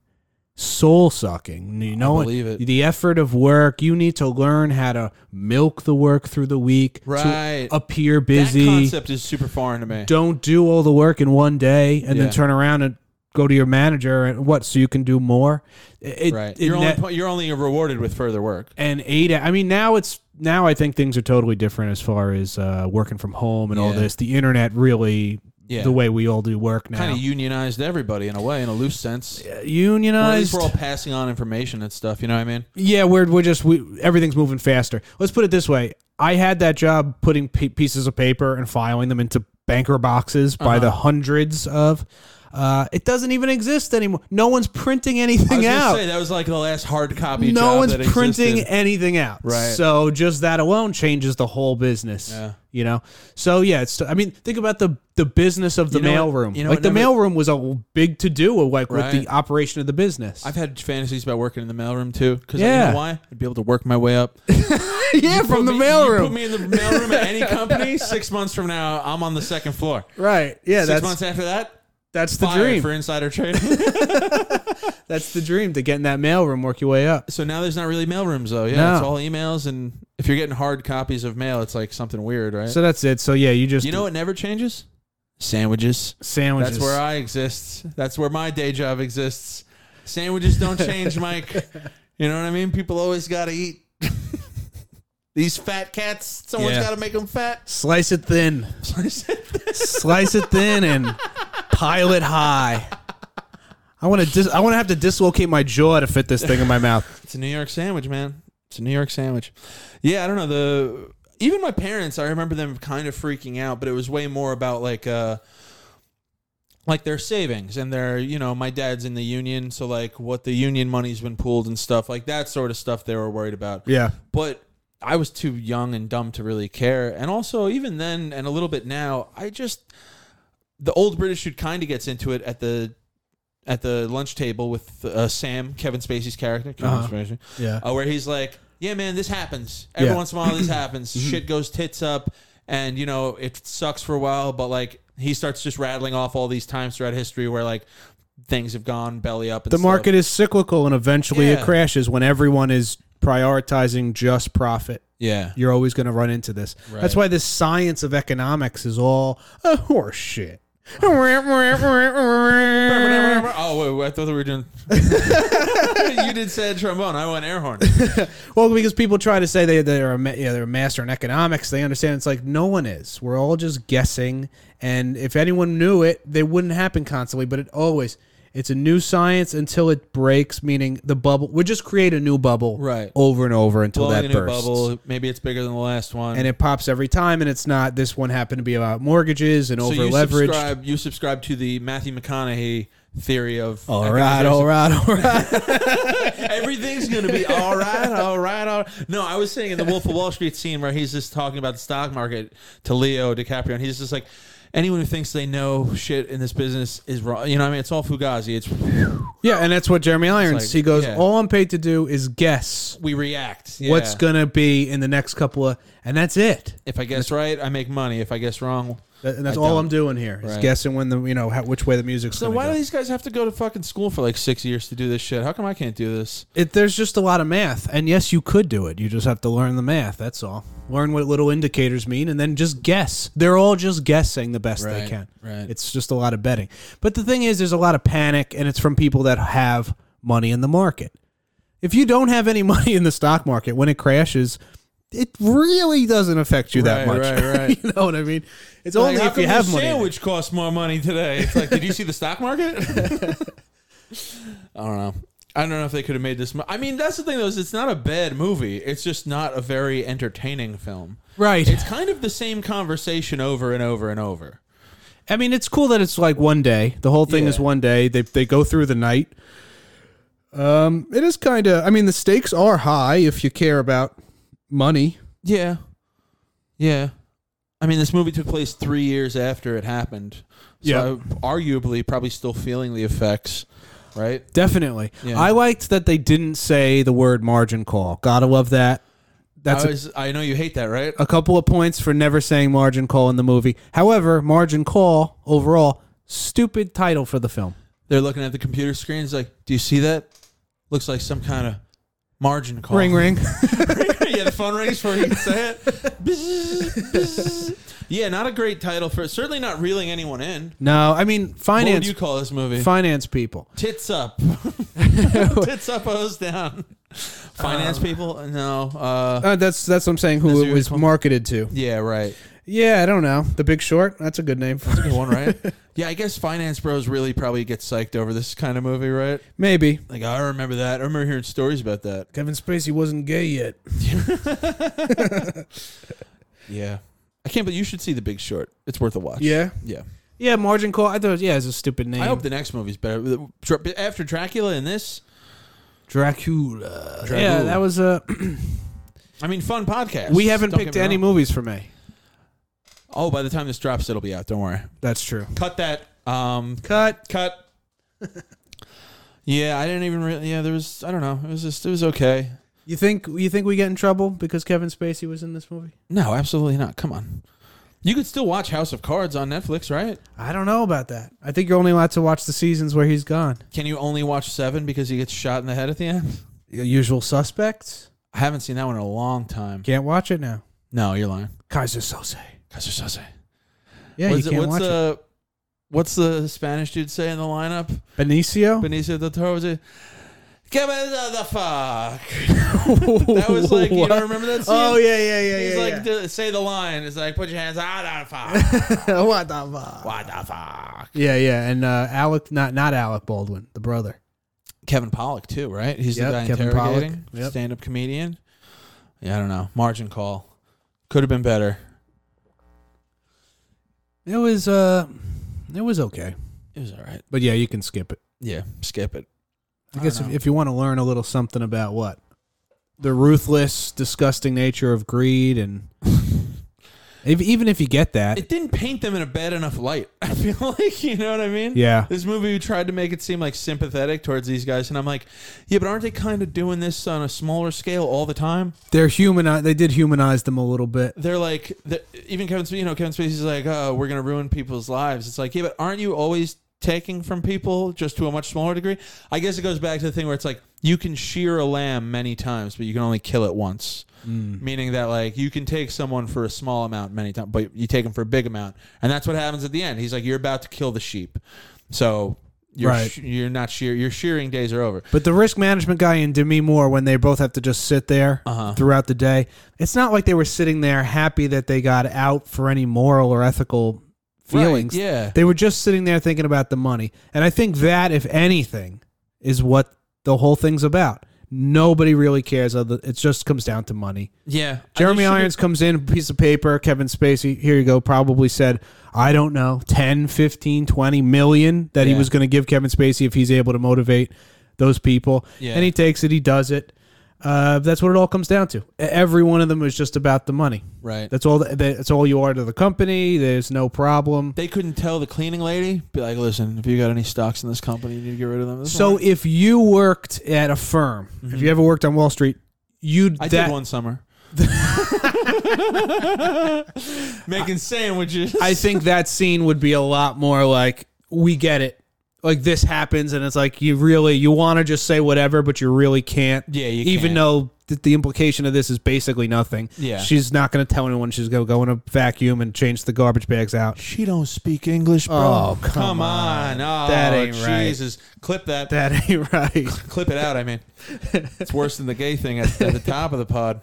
[SPEAKER 2] soul sucking. You know,
[SPEAKER 1] believe it.
[SPEAKER 2] The effort of work. You need to learn how to milk the work through the week.
[SPEAKER 1] Right.
[SPEAKER 2] To appear
[SPEAKER 1] That
[SPEAKER 2] busy.
[SPEAKER 1] concept is super foreign to me.
[SPEAKER 2] Don't do all the work in one day and
[SPEAKER 1] Yeah.
[SPEAKER 2] then turn around and go to your manager and what so you can do more. It,
[SPEAKER 1] Right.
[SPEAKER 2] it
[SPEAKER 1] You're only,
[SPEAKER 2] ne-
[SPEAKER 1] pu- you're only rewarded with further work.
[SPEAKER 2] and eight. I mean, now it's now I think things are totally different as far as uh, working from home and all
[SPEAKER 1] Yeah.
[SPEAKER 2] this. The internet really,
[SPEAKER 1] Yeah.
[SPEAKER 2] the way we all do work now,
[SPEAKER 1] Kind of unionized everybody in a way, in a loose sense.
[SPEAKER 2] Uh,
[SPEAKER 1] Well, at least
[SPEAKER 2] unionized.
[SPEAKER 1] we're all passing on information and stuff. You know what I mean?
[SPEAKER 2] yeah, we're we're just we, everything's moving faster. Let's put it this way: I had that job putting p- pieces of paper and filing them into banker boxes
[SPEAKER 1] Uh-huh.
[SPEAKER 2] by the hundreds of. Uh, it doesn't even exist anymore. No one's printing
[SPEAKER 1] I
[SPEAKER 2] anything
[SPEAKER 1] was gonna
[SPEAKER 2] out.
[SPEAKER 1] say that was like the last hard copy.
[SPEAKER 2] no
[SPEAKER 1] job
[SPEAKER 2] one's
[SPEAKER 1] that
[SPEAKER 2] printing
[SPEAKER 1] existed.
[SPEAKER 2] anything out
[SPEAKER 1] Right.
[SPEAKER 2] so just that alone changes the whole business
[SPEAKER 1] Yeah.
[SPEAKER 2] you know so yeah it's i mean think about the the business of the
[SPEAKER 1] You know what-
[SPEAKER 2] mailroom
[SPEAKER 1] you know
[SPEAKER 2] like
[SPEAKER 1] what
[SPEAKER 2] the
[SPEAKER 1] never-
[SPEAKER 2] mailroom was a big to do like with
[SPEAKER 1] Right.
[SPEAKER 2] the operation of the business
[SPEAKER 1] I've had fantasies about working in the mailroom too. Because you
[SPEAKER 2] Yeah.
[SPEAKER 1] know why? I'd be able to work my way up.
[SPEAKER 2] yeah from
[SPEAKER 1] Put me-
[SPEAKER 2] the
[SPEAKER 1] You put
[SPEAKER 2] mailroom
[SPEAKER 1] me in the mailroom at any company. Six months from now, I'm on the second floor.
[SPEAKER 2] right yeah
[SPEAKER 1] Six
[SPEAKER 2] that's
[SPEAKER 1] months after that,
[SPEAKER 2] that's the
[SPEAKER 1] fired
[SPEAKER 2] dream
[SPEAKER 1] for insider trading.
[SPEAKER 2] that's the dream to get in that mailroom work your way up
[SPEAKER 1] so now there's not really mailrooms though. Yeah,
[SPEAKER 2] No.
[SPEAKER 1] it's all emails, and if you're getting hard copies of mail, it's like something weird, right?
[SPEAKER 2] so that's it so yeah you just
[SPEAKER 1] you know what never changes? Sandwiches.
[SPEAKER 2] sandwiches
[SPEAKER 1] That's where I exist. That's where my day job exists. Sandwiches don't change, Mike. You know what I mean? People always got to eat. These fat cats, someone's
[SPEAKER 2] Yeah.
[SPEAKER 1] got to make them fat.
[SPEAKER 2] slice it thin slice it thin and pile it high. I want to dis- I want to have to dislocate my jaw to fit this thing in my mouth.
[SPEAKER 1] It's a New York sandwich, man. It's a New York sandwich. Yeah, I don't know the. Even my parents, I remember them kind of freaking out, but it was way more about like, uh, like their savings and their, you know, my dad's in the union, so like what the union money's been pooled and stuff, like that sort of stuff they were worried about.
[SPEAKER 2] Yeah.
[SPEAKER 1] But I was too young and dumb to really care, and also even then and a little bit now, I just the old British dude kind of gets into it at the at the lunch table with uh, Sam, Kevin Spacey's character, Kevin
[SPEAKER 2] Uh-huh.
[SPEAKER 1] Spacey,
[SPEAKER 2] Yeah.
[SPEAKER 1] uh, where he's like, "Yeah, man, this happens. Every
[SPEAKER 2] Yeah. Mm-hmm.
[SPEAKER 1] once in a while, this happens. Shit goes tits up, and you know it sucks for a while, but like." He starts just rattling off all these times throughout history where like things have gone belly up. And
[SPEAKER 2] The
[SPEAKER 1] stuff.
[SPEAKER 2] market is cyclical and eventually
[SPEAKER 1] Yeah.
[SPEAKER 2] it crashes when everyone is prioritizing just profit.
[SPEAKER 1] yeah,
[SPEAKER 2] You're always going to run into this.
[SPEAKER 1] Right.
[SPEAKER 2] That's why this science of economics is all "Oh, a horseshit. yeah,
[SPEAKER 1] Oh, wait, wait, I thought we were doing. you did sad trombone. I went air horn.
[SPEAKER 2] Well, because people try to say they they're a, ma- you know, they're a master in economics, they understand it's like no one is. We're all just guessing, and if anyone knew it, they wouldn't happen constantly. But it always It's a new science until it breaks, meaning the bubble. We just create a new bubble,
[SPEAKER 1] Right.
[SPEAKER 2] over and over until
[SPEAKER 1] Blowing a
[SPEAKER 2] that
[SPEAKER 1] new
[SPEAKER 2] bursts,
[SPEAKER 1] bubble. Maybe it's bigger than the last one.
[SPEAKER 2] and it pops every time. And it's not this one happened to be about mortgages and
[SPEAKER 1] so
[SPEAKER 2] over
[SPEAKER 1] you
[SPEAKER 2] leveraged.
[SPEAKER 1] subscribe. You subscribe to the Matthew McConaughey theory of
[SPEAKER 2] All right, all right, all right.
[SPEAKER 1] Everything's gonna be all right, all right, all right. No, I was saying in the Wolf of Wall Street scene where he's just talking about the stock market to Leo DiCaprio, and he's just like, anyone who thinks they know shit in this business is wrong. You know, what I mean, it's all fugazi. It's
[SPEAKER 2] yeah, and that's what Jeremy Irons.
[SPEAKER 1] like,
[SPEAKER 2] he goes,
[SPEAKER 1] yeah.
[SPEAKER 2] "All I'm paid to do is guess
[SPEAKER 1] we react.
[SPEAKER 2] what's
[SPEAKER 1] Yeah.
[SPEAKER 2] gonna be in the next couple of, and that's it.
[SPEAKER 1] If I guess right, I make money. If I guess wrong,
[SPEAKER 2] That- and that's
[SPEAKER 1] I
[SPEAKER 2] all
[SPEAKER 1] don't.
[SPEAKER 2] I'm doing here is
[SPEAKER 1] Right.
[SPEAKER 2] guessing when the you know how, which way the music's
[SPEAKER 1] so
[SPEAKER 2] going.
[SPEAKER 1] why
[SPEAKER 2] go.
[SPEAKER 1] do these guys have to go to fucking school for like six years to do this shit? How come I can't do this?
[SPEAKER 2] It, there's just a lot of math, and yes, you could do it. You just have to learn the math. That's all. Learn what little indicators mean, and then just guess. They're all just guessing the best they
[SPEAKER 1] Right,
[SPEAKER 2] can.
[SPEAKER 1] right.
[SPEAKER 2] It's just a lot of betting. But the thing is, there's a lot of panic, and it's from people that have money in the market. If you don't have any money in the stock market when it crashes, it really doesn't affect you that
[SPEAKER 1] Right,
[SPEAKER 2] much.
[SPEAKER 1] right, right.
[SPEAKER 2] you know what I mean? It's
[SPEAKER 1] Like,
[SPEAKER 2] only
[SPEAKER 1] how
[SPEAKER 2] if you
[SPEAKER 1] come
[SPEAKER 2] have
[SPEAKER 1] your
[SPEAKER 2] money. in it.
[SPEAKER 1] Sandwich costs more money today. It's like, did you see the stock market? I don't know. I don't know if they could have made this. Mo- I mean, that's the thing though. Is it's not a bad movie. It's just not a very entertaining film.
[SPEAKER 2] Right.
[SPEAKER 1] It's kind of the same conversation over and over and over.
[SPEAKER 2] I mean, it's cool that it's like one day. The whole thing
[SPEAKER 1] Yeah.
[SPEAKER 2] is one day. They they go through the night. Um, it is kind of. I mean, the stakes are high if you care about money.
[SPEAKER 1] Yeah. Yeah. I mean, this movie took place three years after it happened. So
[SPEAKER 2] Yeah.
[SPEAKER 1] I'm arguably, probably still feeling the effects, right?
[SPEAKER 2] Definitely.
[SPEAKER 1] Yeah.
[SPEAKER 2] I liked that they didn't say the word margin call. Gotta love that. That's
[SPEAKER 1] I,
[SPEAKER 2] a,
[SPEAKER 1] was, I know you hate that, right?
[SPEAKER 2] a couple of points for never saying margin call in the movie. However, margin call overall stupid title for the film.
[SPEAKER 1] They're looking at the computer screens like, do you see that? Looks like some kind of margin call.
[SPEAKER 2] Ring ring.
[SPEAKER 1] yeah, the phone rings before he can say it. Bzzz, bzzz. yeah, not a great title for certainly not reeling anyone in.
[SPEAKER 2] no, I mean
[SPEAKER 1] What would
[SPEAKER 2] finance
[SPEAKER 1] you call this movie?
[SPEAKER 2] finance people.
[SPEAKER 1] Tits up. Tits up, hose down. Finance
[SPEAKER 2] Um,
[SPEAKER 1] people? No. Uh,
[SPEAKER 2] Uh, that's that's what I'm saying. Who
[SPEAKER 1] Is
[SPEAKER 2] it
[SPEAKER 1] your
[SPEAKER 2] was
[SPEAKER 1] com-
[SPEAKER 2] marketed to.
[SPEAKER 1] yeah, right.
[SPEAKER 2] Yeah, I don't know. The Big Short. That's a good name. For
[SPEAKER 1] Good one, right? yeah, I guess finance bros really probably get psyched over this kind of movie, right?
[SPEAKER 2] Maybe
[SPEAKER 1] Like, I remember that. I remember hearing stories about that.
[SPEAKER 2] Kevin Spacey wasn't gay yet.
[SPEAKER 1] Yeah. I can't believe you should see The Big Short. It's worth a watch.
[SPEAKER 2] Yeah.
[SPEAKER 1] Yeah.
[SPEAKER 2] Yeah, margin call. I thought yeah, it's a stupid name.
[SPEAKER 1] I hope the next movie's better. The- After Dracula and this,
[SPEAKER 2] Dracula. Yeah,
[SPEAKER 1] Dracula.
[SPEAKER 2] that was a.
[SPEAKER 1] I mean, fun podcast.
[SPEAKER 2] we haven't
[SPEAKER 1] Don't get
[SPEAKER 2] picked
[SPEAKER 1] me
[SPEAKER 2] any
[SPEAKER 1] wrong.
[SPEAKER 2] movies for May.
[SPEAKER 1] Oh, by the time this drops, it'll be out. Don't worry.
[SPEAKER 2] That's true.
[SPEAKER 1] Cut that. Um,
[SPEAKER 2] Cut.
[SPEAKER 1] cut. yeah, I didn't even really. Yeah, there was. I don't know. It was just. It was okay.
[SPEAKER 2] You think you think we get in trouble because Kevin Spacey was in this movie?
[SPEAKER 1] No, absolutely not. Come on. You could still watch House of Cards on Netflix, right?
[SPEAKER 2] I don't know about that. I think you're only allowed to watch the seasons where he's gone.
[SPEAKER 1] Can you only watch seven because he gets shot in the head at the end?
[SPEAKER 2] The usual suspects
[SPEAKER 1] I haven't seen that one in a long time.
[SPEAKER 2] can't watch it now.
[SPEAKER 1] No, you're lying.
[SPEAKER 2] Kaiser Sose.
[SPEAKER 1] Guys are so sad.
[SPEAKER 2] Yeah,
[SPEAKER 1] what's
[SPEAKER 2] you
[SPEAKER 1] the-
[SPEAKER 2] can't
[SPEAKER 1] what's
[SPEAKER 2] watch it. uh, Oh.
[SPEAKER 1] the what's the Spanish dude say in the lineup?
[SPEAKER 2] Benicio.
[SPEAKER 1] Benicio del Toro was it? Give it the the fuck. That was like you
[SPEAKER 2] What?
[SPEAKER 1] don't remember that scene?
[SPEAKER 2] Oh yeah, yeah, yeah.
[SPEAKER 1] He's
[SPEAKER 2] yeah,
[SPEAKER 1] like
[SPEAKER 2] yeah.
[SPEAKER 1] "D- say the line. It's like put your hands out the fuck.
[SPEAKER 2] what the fuck?
[SPEAKER 1] what the fuck?
[SPEAKER 2] Yeah, yeah, and uh, Alec, not not Alec Baldwin, the brother.
[SPEAKER 1] Kevin Pollock too, right? He's
[SPEAKER 2] Yep,
[SPEAKER 1] the guy
[SPEAKER 2] Kevin Pollak.
[SPEAKER 1] interrogating
[SPEAKER 2] Yep.
[SPEAKER 1] stand-up comedian. Yeah, I don't know. Margin call could have been better.
[SPEAKER 2] It was uh, it was okay,
[SPEAKER 1] It was all right.
[SPEAKER 2] but yeah, you can skip it.
[SPEAKER 1] Yeah, skip it.
[SPEAKER 2] I,
[SPEAKER 1] I
[SPEAKER 2] guess
[SPEAKER 1] don't
[SPEAKER 2] if,
[SPEAKER 1] know.
[SPEAKER 2] if you want to learn a little something about what the ruthless, disgusting nature of greed, and if, even if you get that,
[SPEAKER 1] It didn't paint them in a bad enough light. I feel like you know what I mean.
[SPEAKER 2] yeah,
[SPEAKER 1] This movie tried to make it seem like sympathetic towards these guys, and I'm like, yeah, but aren't they kind of doing this on a smaller scale all the time?
[SPEAKER 2] they're human. They did humanize them a little bit.
[SPEAKER 1] They're like, the- even Kevin, Sp- you know, Kevin Spacey's like, oh, we're gonna ruin people's lives. It's like, yeah, but aren't you always taking from people just to a much smaller degree? I guess it goes back to the thing where it's like you can shear a lamb many times, but you can only kill it once.
[SPEAKER 2] Mm.
[SPEAKER 1] Meaning that like you can take someone for a small amount many times, but you take them for a big amount, and that's what happens at the end. He's like, you're about to kill the sheep, so. You're,
[SPEAKER 2] Right.
[SPEAKER 1] sh- you're not shear. Your shearing days are over.
[SPEAKER 2] But the risk management guy and Demi Moore, when they both have to just sit there
[SPEAKER 1] Uh-huh.
[SPEAKER 2] throughout the day, it's not like they were sitting there happy that they got out for any moral or ethical feelings.
[SPEAKER 1] yeah.
[SPEAKER 2] They were just sitting there thinking about the money. And I think that, if anything, is what the whole thing's about. Nobody really cares. Other, it just comes down to money.
[SPEAKER 1] Yeah.
[SPEAKER 2] Jeremy
[SPEAKER 1] I
[SPEAKER 2] Irons
[SPEAKER 1] just
[SPEAKER 2] comes in, piece of paper, Kevin Spacey, here you go, probably said, I don't know, 10, 15, 20 million that he
[SPEAKER 1] Yeah.
[SPEAKER 2] was going to give Kevin Spacey if he's able to motivate those people.
[SPEAKER 1] Yeah.
[SPEAKER 2] And he takes it, he does it. Uh, that's what it all comes down to. E- Every one of them is just about the money.
[SPEAKER 1] should've- Right.
[SPEAKER 2] That's all. th- That's all you are to the company. There's no problem.
[SPEAKER 1] They couldn't tell the cleaning lady. Be like, listen, if you got any stocks in this company, you need to get rid of them. This
[SPEAKER 2] So
[SPEAKER 1] one."
[SPEAKER 2] if you worked at a firm, if you ever worked on Wall Street, you'd
[SPEAKER 1] Mm-hmm. I
[SPEAKER 2] that-
[SPEAKER 1] did one summer. Making sandwiches.
[SPEAKER 2] I think that scene would be a lot more like we get it. Like this happens, and it's like you really you want to just say whatever, but you really can't.
[SPEAKER 1] Yeah, you
[SPEAKER 2] even
[SPEAKER 1] can't.
[SPEAKER 2] though th- the implication of this is basically nothing.
[SPEAKER 1] Yeah.
[SPEAKER 2] she's not going to tell anyone. She's going to go in a vacuum and change the garbage bags out.
[SPEAKER 1] She don't speak English, bro.
[SPEAKER 2] Oh, come
[SPEAKER 1] on. Oh,
[SPEAKER 2] That ain't right.
[SPEAKER 1] Jesus. Clip that.
[SPEAKER 2] That ain't right.
[SPEAKER 1] Clip it out, I mean. It's worse than the gay thing at, at the top of the pod.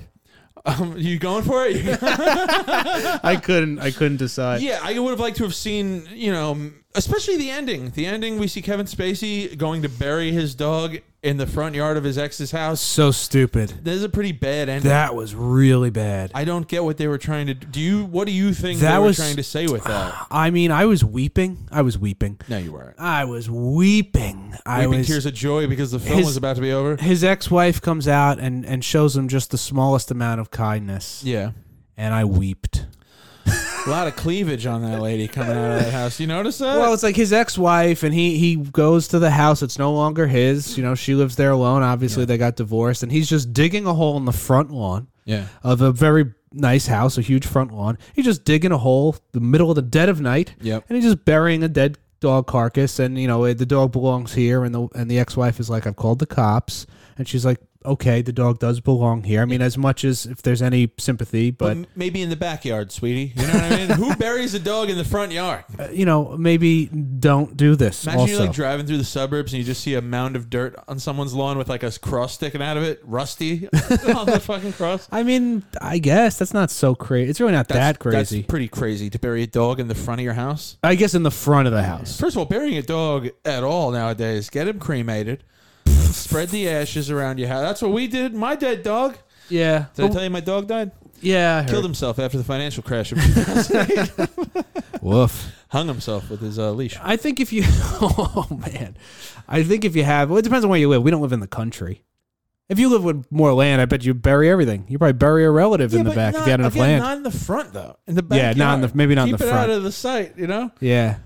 [SPEAKER 1] Um, you going for it?
[SPEAKER 2] I couldn't. I couldn't decide.
[SPEAKER 1] Yeah, I would have liked to have seen, you know, m- especially the ending. The ending, we see Kevin Spacey going to bury his dog in the front yard of his ex's house.
[SPEAKER 2] So stupid.
[SPEAKER 1] This is a pretty bad ending.
[SPEAKER 2] That was really bad.
[SPEAKER 1] I don't get what they were trying to do. Do you? What do you think
[SPEAKER 2] That
[SPEAKER 1] they were
[SPEAKER 2] was-
[SPEAKER 1] trying to say with that?
[SPEAKER 2] I mean, I was weeping. I was weeping.
[SPEAKER 1] No, you weren't.
[SPEAKER 2] I was weeping. I
[SPEAKER 1] Weeping
[SPEAKER 2] was.
[SPEAKER 1] tears of joy because the film
[SPEAKER 2] His-
[SPEAKER 1] was about to be over.
[SPEAKER 2] his ex-wife comes out and, and shows him just the smallest amount of kindness
[SPEAKER 1] Yeah,
[SPEAKER 2] and i weeped
[SPEAKER 1] a lot of cleavage on that lady coming out of that house. You notice that?
[SPEAKER 2] well it's like his ex-wife and he, he goes to the house it's no longer his you know she lives there alone obviously they got divorced and he's just digging a hole in the front lawn
[SPEAKER 1] yeah,
[SPEAKER 2] of a very nice house a huge front lawn he's just digging a hole the middle of the dead of night
[SPEAKER 1] Yep.
[SPEAKER 2] and he's just burying a dead dog carcass and you know eh, the dog belongs here and the and the ex-wife is like I've called the cops and she's like okay the dog does belong here i mean as much as if there's any sympathy but,
[SPEAKER 1] but maybe in the backyard, sweetie. You know what I mean? Who buries a dog in the front yard?
[SPEAKER 2] uh, you know maybe don't do this
[SPEAKER 1] Imagine
[SPEAKER 2] also
[SPEAKER 1] you're like driving through the suburbs and you just see a mound of dirt on someone's lawn with like a cross sticking out of it, rusty on the fucking cross.
[SPEAKER 2] i mean i guess that's not so crazy it's really not that crazy
[SPEAKER 1] That's pretty crazy to bury a dog in the front of your house.
[SPEAKER 2] i guess in the front of the house
[SPEAKER 1] First of all, burying a dog at all nowadays, get him cremated, spread the ashes around your house. That's what we did. My dead dog.
[SPEAKER 2] yeah
[SPEAKER 1] Did I tell you my dog died?
[SPEAKER 2] yeah I
[SPEAKER 1] Killed
[SPEAKER 2] heard.
[SPEAKER 1] himself after the financial crash. of 2008.
[SPEAKER 2] woof
[SPEAKER 1] Hung himself with his uh, leash.
[SPEAKER 2] i think if you oh man i think if you have well it depends on where you live we don't live in the country if you live with more land, I bet you bury everything. You probably bury a relative in the back if you had enough
[SPEAKER 1] again,
[SPEAKER 2] land.
[SPEAKER 1] Not in the front though. In the
[SPEAKER 2] Yeah,
[SPEAKER 1] backyard.
[SPEAKER 2] not in the- maybe not in
[SPEAKER 1] Keep
[SPEAKER 2] the
[SPEAKER 1] it
[SPEAKER 2] front.
[SPEAKER 1] out of the sight. You know.
[SPEAKER 2] Yeah.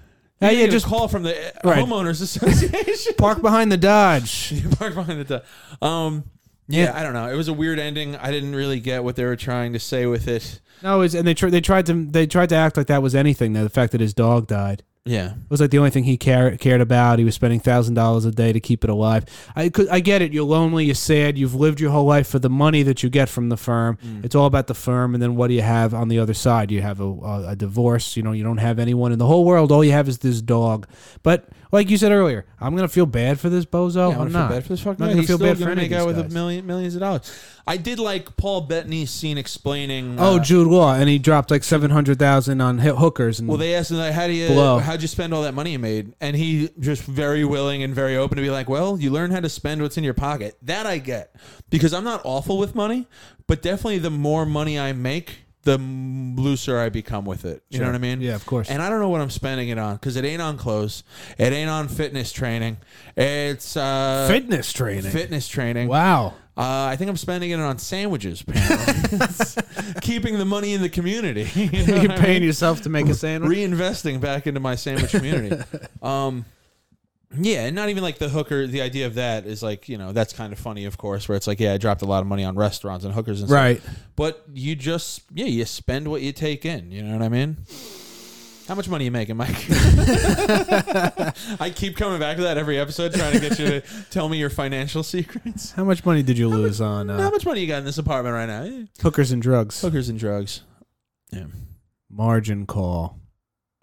[SPEAKER 1] You
[SPEAKER 2] Yeah, yeah,
[SPEAKER 1] just
[SPEAKER 2] just
[SPEAKER 1] call from the uh,
[SPEAKER 2] Right.
[SPEAKER 1] homeowners association.
[SPEAKER 2] park behind the Dodge.
[SPEAKER 1] you park behind the door. Um, yeah, I don't know. It was a weird ending. I didn't really get what they were trying to say with it.
[SPEAKER 2] No, it's, and they tr- they tried to they tried to act like that was anything. Though the fact that his dog died
[SPEAKER 1] Yeah,
[SPEAKER 2] It was like the only thing he care- cared about. He was spending thousand dollars a day to keep it alive. I could, I get it. You're lonely. You're sad. You've lived your whole life for the money that you get from the firm.
[SPEAKER 1] Mm.
[SPEAKER 2] It's all about the firm. And then what do you have on the other side? You have a, a, a divorce. You know, you don't have anyone in the whole world. All you have is this dog. But like you said earlier, I'm gonna feel bad for this bozo.
[SPEAKER 1] Yeah,
[SPEAKER 2] I'm,
[SPEAKER 1] gonna
[SPEAKER 2] not
[SPEAKER 1] feel bad for this fucking
[SPEAKER 2] Oh,
[SPEAKER 1] guy.
[SPEAKER 2] Not gonna
[SPEAKER 1] He's
[SPEAKER 2] feel
[SPEAKER 1] still
[SPEAKER 2] bad for
[SPEAKER 1] gonna
[SPEAKER 2] any of
[SPEAKER 1] make out
[SPEAKER 2] these
[SPEAKER 1] with a
[SPEAKER 2] guys.
[SPEAKER 1] million millions of dollars. I did like Paul Bettany's scene explaining.
[SPEAKER 2] Oh,
[SPEAKER 1] uh,
[SPEAKER 2] Jude Law, and he dropped like seven hundred thousand on hi- hookers. And
[SPEAKER 1] well, they asked him like, "How do you?
[SPEAKER 2] Blow.
[SPEAKER 1] How'd you spend all that money you made?" And he just very willing and very open to be like, "Well, you learn how to spend what's in your pocket." That I get because I'm not awful with money, but definitely the more money I make, the m- looser I become with it. You know
[SPEAKER 2] Sure.
[SPEAKER 1] what I mean?
[SPEAKER 2] Yeah, of course.
[SPEAKER 1] And I don't know what I'm spending it on because it ain't on clothes, it ain't on fitness training, it's uh,
[SPEAKER 2] fitness training.
[SPEAKER 1] fitness training.
[SPEAKER 2] wow.
[SPEAKER 1] Uh, I think I'm spending it on sandwiches. Apparently, keeping the money in the community. You know
[SPEAKER 2] You're
[SPEAKER 1] what I mean?
[SPEAKER 2] paying yourself to make a sandwich.
[SPEAKER 1] reinvesting back into my sandwich community. um, yeah, and not even like the hooker. The idea of that is like you know that's kind of funny, of course, where it's like yeah, I dropped a lot of money on restaurants and hookers and stuff.
[SPEAKER 2] Right.
[SPEAKER 1] But you just yeah, you spend what you take in. You know what I mean? How much money you making, Mike? I keep coming back to that every episode, trying to get you to tell me your financial secrets.
[SPEAKER 2] How much money did you lose on
[SPEAKER 1] How
[SPEAKER 2] uh,
[SPEAKER 1] much money you got in this apartment right now? Eh,
[SPEAKER 2] hookers and drugs?
[SPEAKER 1] Hookers and drugs. Yeah,
[SPEAKER 2] Margin call.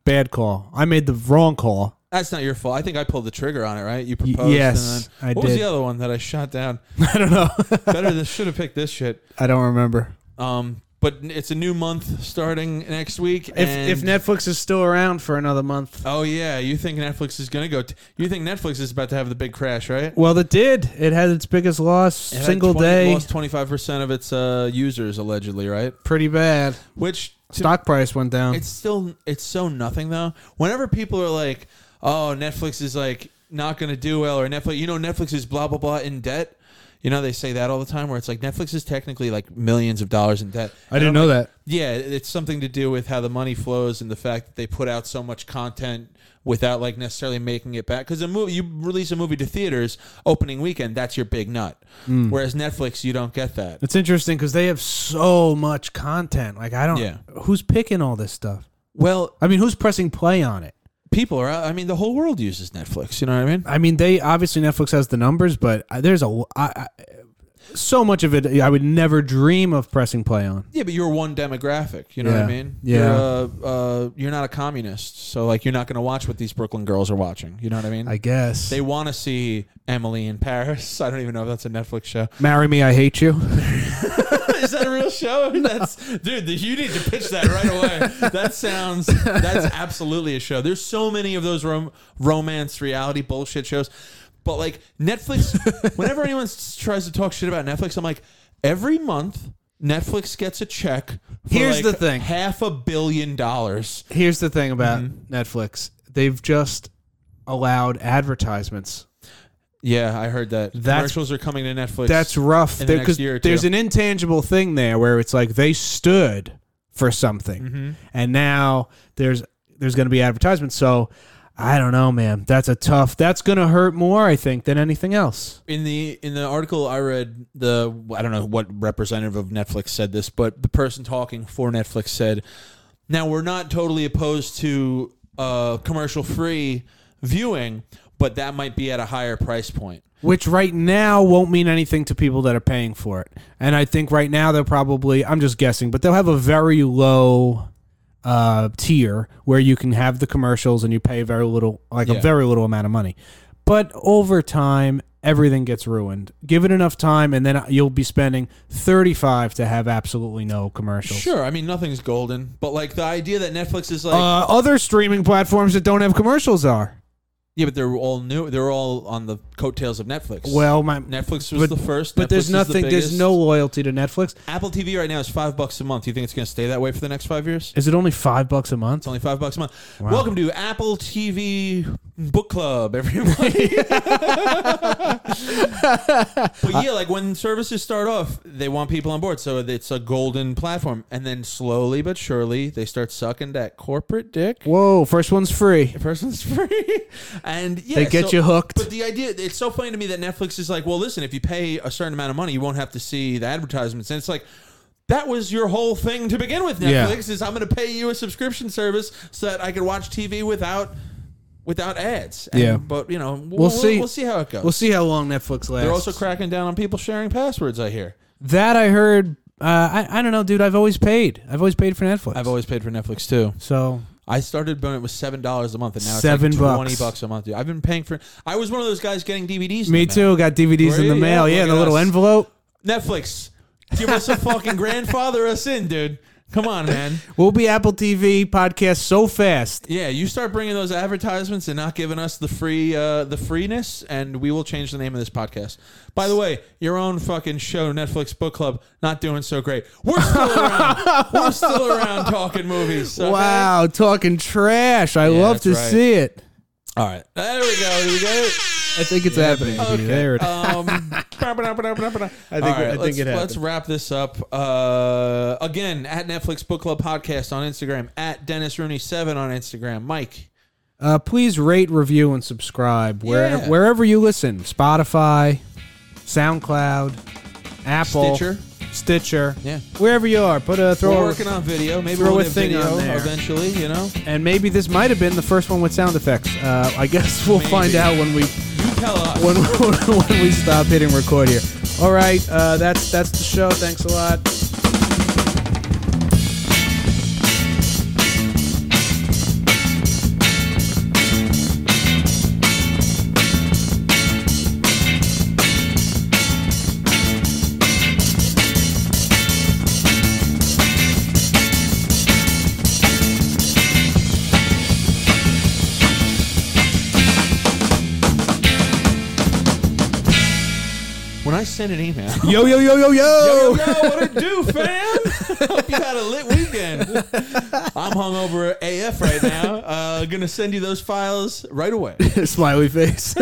[SPEAKER 2] Bad call. I made the wrong call.
[SPEAKER 1] that's not your fault. I think I pulled the trigger on it, right? You
[SPEAKER 2] Y-
[SPEAKER 1] proposed. and then-
[SPEAKER 2] yes, I
[SPEAKER 1] what was
[SPEAKER 2] did.
[SPEAKER 1] the other one that I shot down?
[SPEAKER 2] I don't know.
[SPEAKER 1] Better than should have picked this shit.
[SPEAKER 2] I don't remember.
[SPEAKER 1] Um, But it's a new month starting next week.
[SPEAKER 2] If,
[SPEAKER 1] and-
[SPEAKER 2] if Netflix is still around for another month.
[SPEAKER 1] oh yeah, you think Netflix is gonna go? T- you think Netflix is about to have the big crash, right?
[SPEAKER 2] Well, it did. It had its biggest loss
[SPEAKER 1] It had
[SPEAKER 2] single
[SPEAKER 1] 20
[SPEAKER 2] day.
[SPEAKER 1] lost twenty five percent of its uh, users allegedly, right?
[SPEAKER 2] Pretty bad.
[SPEAKER 1] Which to
[SPEAKER 2] Stock price went down.
[SPEAKER 1] it's still it's so nothing though. Whenever people are like, "Oh, Netflix is like not going to do well," or Netflix, you know, Netflix is blah blah blah in debt. You know, they say that all the time. Where it's like Netflix is technically like millions of dollars in debt.
[SPEAKER 2] I didn't know that.
[SPEAKER 1] Yeah, it's something to do with how the money flows and the fact that they put out so much content without like necessarily making it back. Because a movie, you release a movie to theaters opening weekend, that's your big nut. Whereas Netflix, you don't get that.
[SPEAKER 2] It's interesting because they have so much content. Like I don't.
[SPEAKER 1] Yeah.
[SPEAKER 2] Who's picking all this stuff?
[SPEAKER 1] Well,
[SPEAKER 2] I mean, who's pressing play on it?
[SPEAKER 1] people are. I mean, the whole world uses Netflix. You know what I mean?
[SPEAKER 2] I mean, they obviously Netflix has the numbers, but I- there's a I, I, so much of it I would never dream of pressing play on.
[SPEAKER 1] Yeah, but you're one demographic. You know what I
[SPEAKER 2] Yeah.
[SPEAKER 1] mean?
[SPEAKER 2] Yeah.
[SPEAKER 1] You're, uh, uh, you're not a communist, so like you're not going to watch what these Brooklyn girls are watching. You know what I mean?
[SPEAKER 2] I guess.
[SPEAKER 1] they want to see Emily in Paris. I don't even know if that's a Netflix show.
[SPEAKER 2] Marry me, I hate you.
[SPEAKER 1] Is that a real show? That's dude. You need to pitch that right away. that sounds. That's absolutely a show. There's so many of those rom- romance reality bullshit shows, but like Netflix. whenever anyone s- tries to talk shit about Netflix, I'm like, every month Netflix gets a check. for,
[SPEAKER 2] Here's
[SPEAKER 1] like,
[SPEAKER 2] the thing.
[SPEAKER 1] half a billion dollars.
[SPEAKER 2] Here's the thing about
[SPEAKER 1] Mm-hmm.
[SPEAKER 2] Netflix: they've just allowed advertisements.
[SPEAKER 1] Yeah, I heard that.
[SPEAKER 2] That's-
[SPEAKER 1] Commercials are coming to Netflix.
[SPEAKER 2] That's rough.
[SPEAKER 1] In the
[SPEAKER 2] There-
[SPEAKER 1] next
[SPEAKER 2] 'cause
[SPEAKER 1] year or
[SPEAKER 2] there's
[SPEAKER 1] two.
[SPEAKER 2] an intangible thing there where it's like they stood for something,
[SPEAKER 1] Mm-hmm.
[SPEAKER 2] and now there's there's going to be advertisements. So I don't know, man. That's a tough. That's going to hurt more, I think, than anything else.
[SPEAKER 1] in the in the article I read, the I don't know what representative of Netflix said this, but the person talking for Netflix said, "Now we're not totally opposed to uh, commercial free viewing, but that might be at a higher price point."
[SPEAKER 2] which right now won't mean anything to people that are paying for it. And I think right now they'll probably, I'm just guessing, but they'll have a very low uh, tier where you can have the commercials and you pay very little, like
[SPEAKER 1] Yeah.
[SPEAKER 2] a very little amount of money. But over time, everything gets ruined. Give it enough time, and then you'll be spending 35 to have absolutely no commercials.
[SPEAKER 1] Sure, I mean nothing's golden, but like the idea that Netflix is like,
[SPEAKER 2] Uh, other streaming platforms that don't have commercials are.
[SPEAKER 1] yeah, but they're all new. They're all on the coattails of Netflix.
[SPEAKER 2] Well, my.
[SPEAKER 1] Netflix was the
[SPEAKER 2] but-
[SPEAKER 1] first,
[SPEAKER 2] But
[SPEAKER 1] Netflix
[SPEAKER 2] there's
[SPEAKER 1] is the
[SPEAKER 2] nothing, there's
[SPEAKER 1] biggest.
[SPEAKER 2] no loyalty to Netflix.
[SPEAKER 1] Apple TV right now is five bucks a month. Do you think it's going to stay that way for the next five years?
[SPEAKER 2] Is it only five bucks a month?
[SPEAKER 1] It's only five bucks a month. Welcome to Apple TV Book Club, everybody. but yeah, like when services start off, they want people on board, so it's a golden platform, and then slowly but surely they start sucking that corporate dick.
[SPEAKER 2] Whoa, first one's free.
[SPEAKER 1] Person's free, and yeah,
[SPEAKER 2] They get
[SPEAKER 1] so-
[SPEAKER 2] you hooked.
[SPEAKER 1] But the idea—it's so funny to me that Netflix is like, well, listen, if you pay a certain amount of money, you won't have to see the advertisements, and it's like. That was your whole thing to begin with.
[SPEAKER 2] Yeah.
[SPEAKER 1] Netflix is I'm going to pay you a subscription service so that I can watch TV without without ads. And-
[SPEAKER 2] Yeah.
[SPEAKER 1] but you know we'll,
[SPEAKER 2] see.
[SPEAKER 1] We'll see how it goes.
[SPEAKER 2] We'll see how long Netflix lasts.
[SPEAKER 1] They're also cracking down on people sharing passwords. I hear.
[SPEAKER 2] that I heard. Uh, I I don't know, dude. I've always paid. I've always paid for Netflix.
[SPEAKER 1] I've always paid for Netflix too.
[SPEAKER 2] so
[SPEAKER 1] I started when it was seven dollars a month, and now it's
[SPEAKER 2] Seven
[SPEAKER 1] like
[SPEAKER 2] bucks.
[SPEAKER 1] twenty bucks a month. Dude. I've been paying for. I was one of those guys getting DVDs. in
[SPEAKER 2] me
[SPEAKER 1] the mail.
[SPEAKER 2] too. Got DVDs
[SPEAKER 1] Were
[SPEAKER 2] in
[SPEAKER 1] you?
[SPEAKER 2] the
[SPEAKER 1] Yeah,
[SPEAKER 2] mail. Yeah,
[SPEAKER 1] look
[SPEAKER 2] in the
[SPEAKER 1] at
[SPEAKER 2] little
[SPEAKER 1] us.
[SPEAKER 2] envelope.
[SPEAKER 1] Netflix, give us a fucking grandfather us in, dude. Come on, man.
[SPEAKER 2] We'll be Apple TV podcast so fast.
[SPEAKER 1] Yeah, you start bringing those advertisements and not giving us the free, uh, the freeness, and we will change the name of this podcast. By the way, your own fucking show, Netflix Book Club, not doing so great. We're still around. We're still around talking movies. okay?
[SPEAKER 2] Wow, talking trash. I
[SPEAKER 1] Yeah,
[SPEAKER 2] love to
[SPEAKER 1] that's right.
[SPEAKER 2] see it.
[SPEAKER 1] All right, there we go. We got it.
[SPEAKER 2] I think it's happening.
[SPEAKER 1] Okay.
[SPEAKER 2] There it is.
[SPEAKER 1] Um, I think,
[SPEAKER 2] I think
[SPEAKER 1] let's,
[SPEAKER 2] it happened.
[SPEAKER 1] Let's wrap this up. Uh, again, at Netflix Book Club Podcast on Instagram, at Dennis Rooney7 on Instagram. Mike,
[SPEAKER 2] Uh, please rate, review, and subscribe where,
[SPEAKER 1] Yeah.
[SPEAKER 2] wherever you listen. Spotify, SoundCloud, Apple,
[SPEAKER 1] Stitcher.
[SPEAKER 2] Stitcher.
[SPEAKER 1] Yeah.
[SPEAKER 2] Wherever you are, put a throw
[SPEAKER 1] we're
[SPEAKER 2] a-
[SPEAKER 1] working on video. Maybe
[SPEAKER 2] throw
[SPEAKER 1] we'll
[SPEAKER 2] a
[SPEAKER 1] have
[SPEAKER 2] thing
[SPEAKER 1] video
[SPEAKER 2] on there.
[SPEAKER 1] eventually, you know?
[SPEAKER 2] And maybe this might have been the first one with sound effects. Uh, I guess we'll
[SPEAKER 1] Maybe.
[SPEAKER 2] find out when we
[SPEAKER 1] You tell us.
[SPEAKER 2] when, when we stop hitting record here. All right, uh, that's that's the show. Thanks a lot.
[SPEAKER 1] sent an email.
[SPEAKER 2] Yo, yo, yo, yo, yo.
[SPEAKER 1] Yo, yo,
[SPEAKER 2] Oh.
[SPEAKER 1] yo, what it do, fam? Hope you had a lit weekend. I'm hungover AF right now. Uh, gonna send you those files right away.
[SPEAKER 2] Smiley face.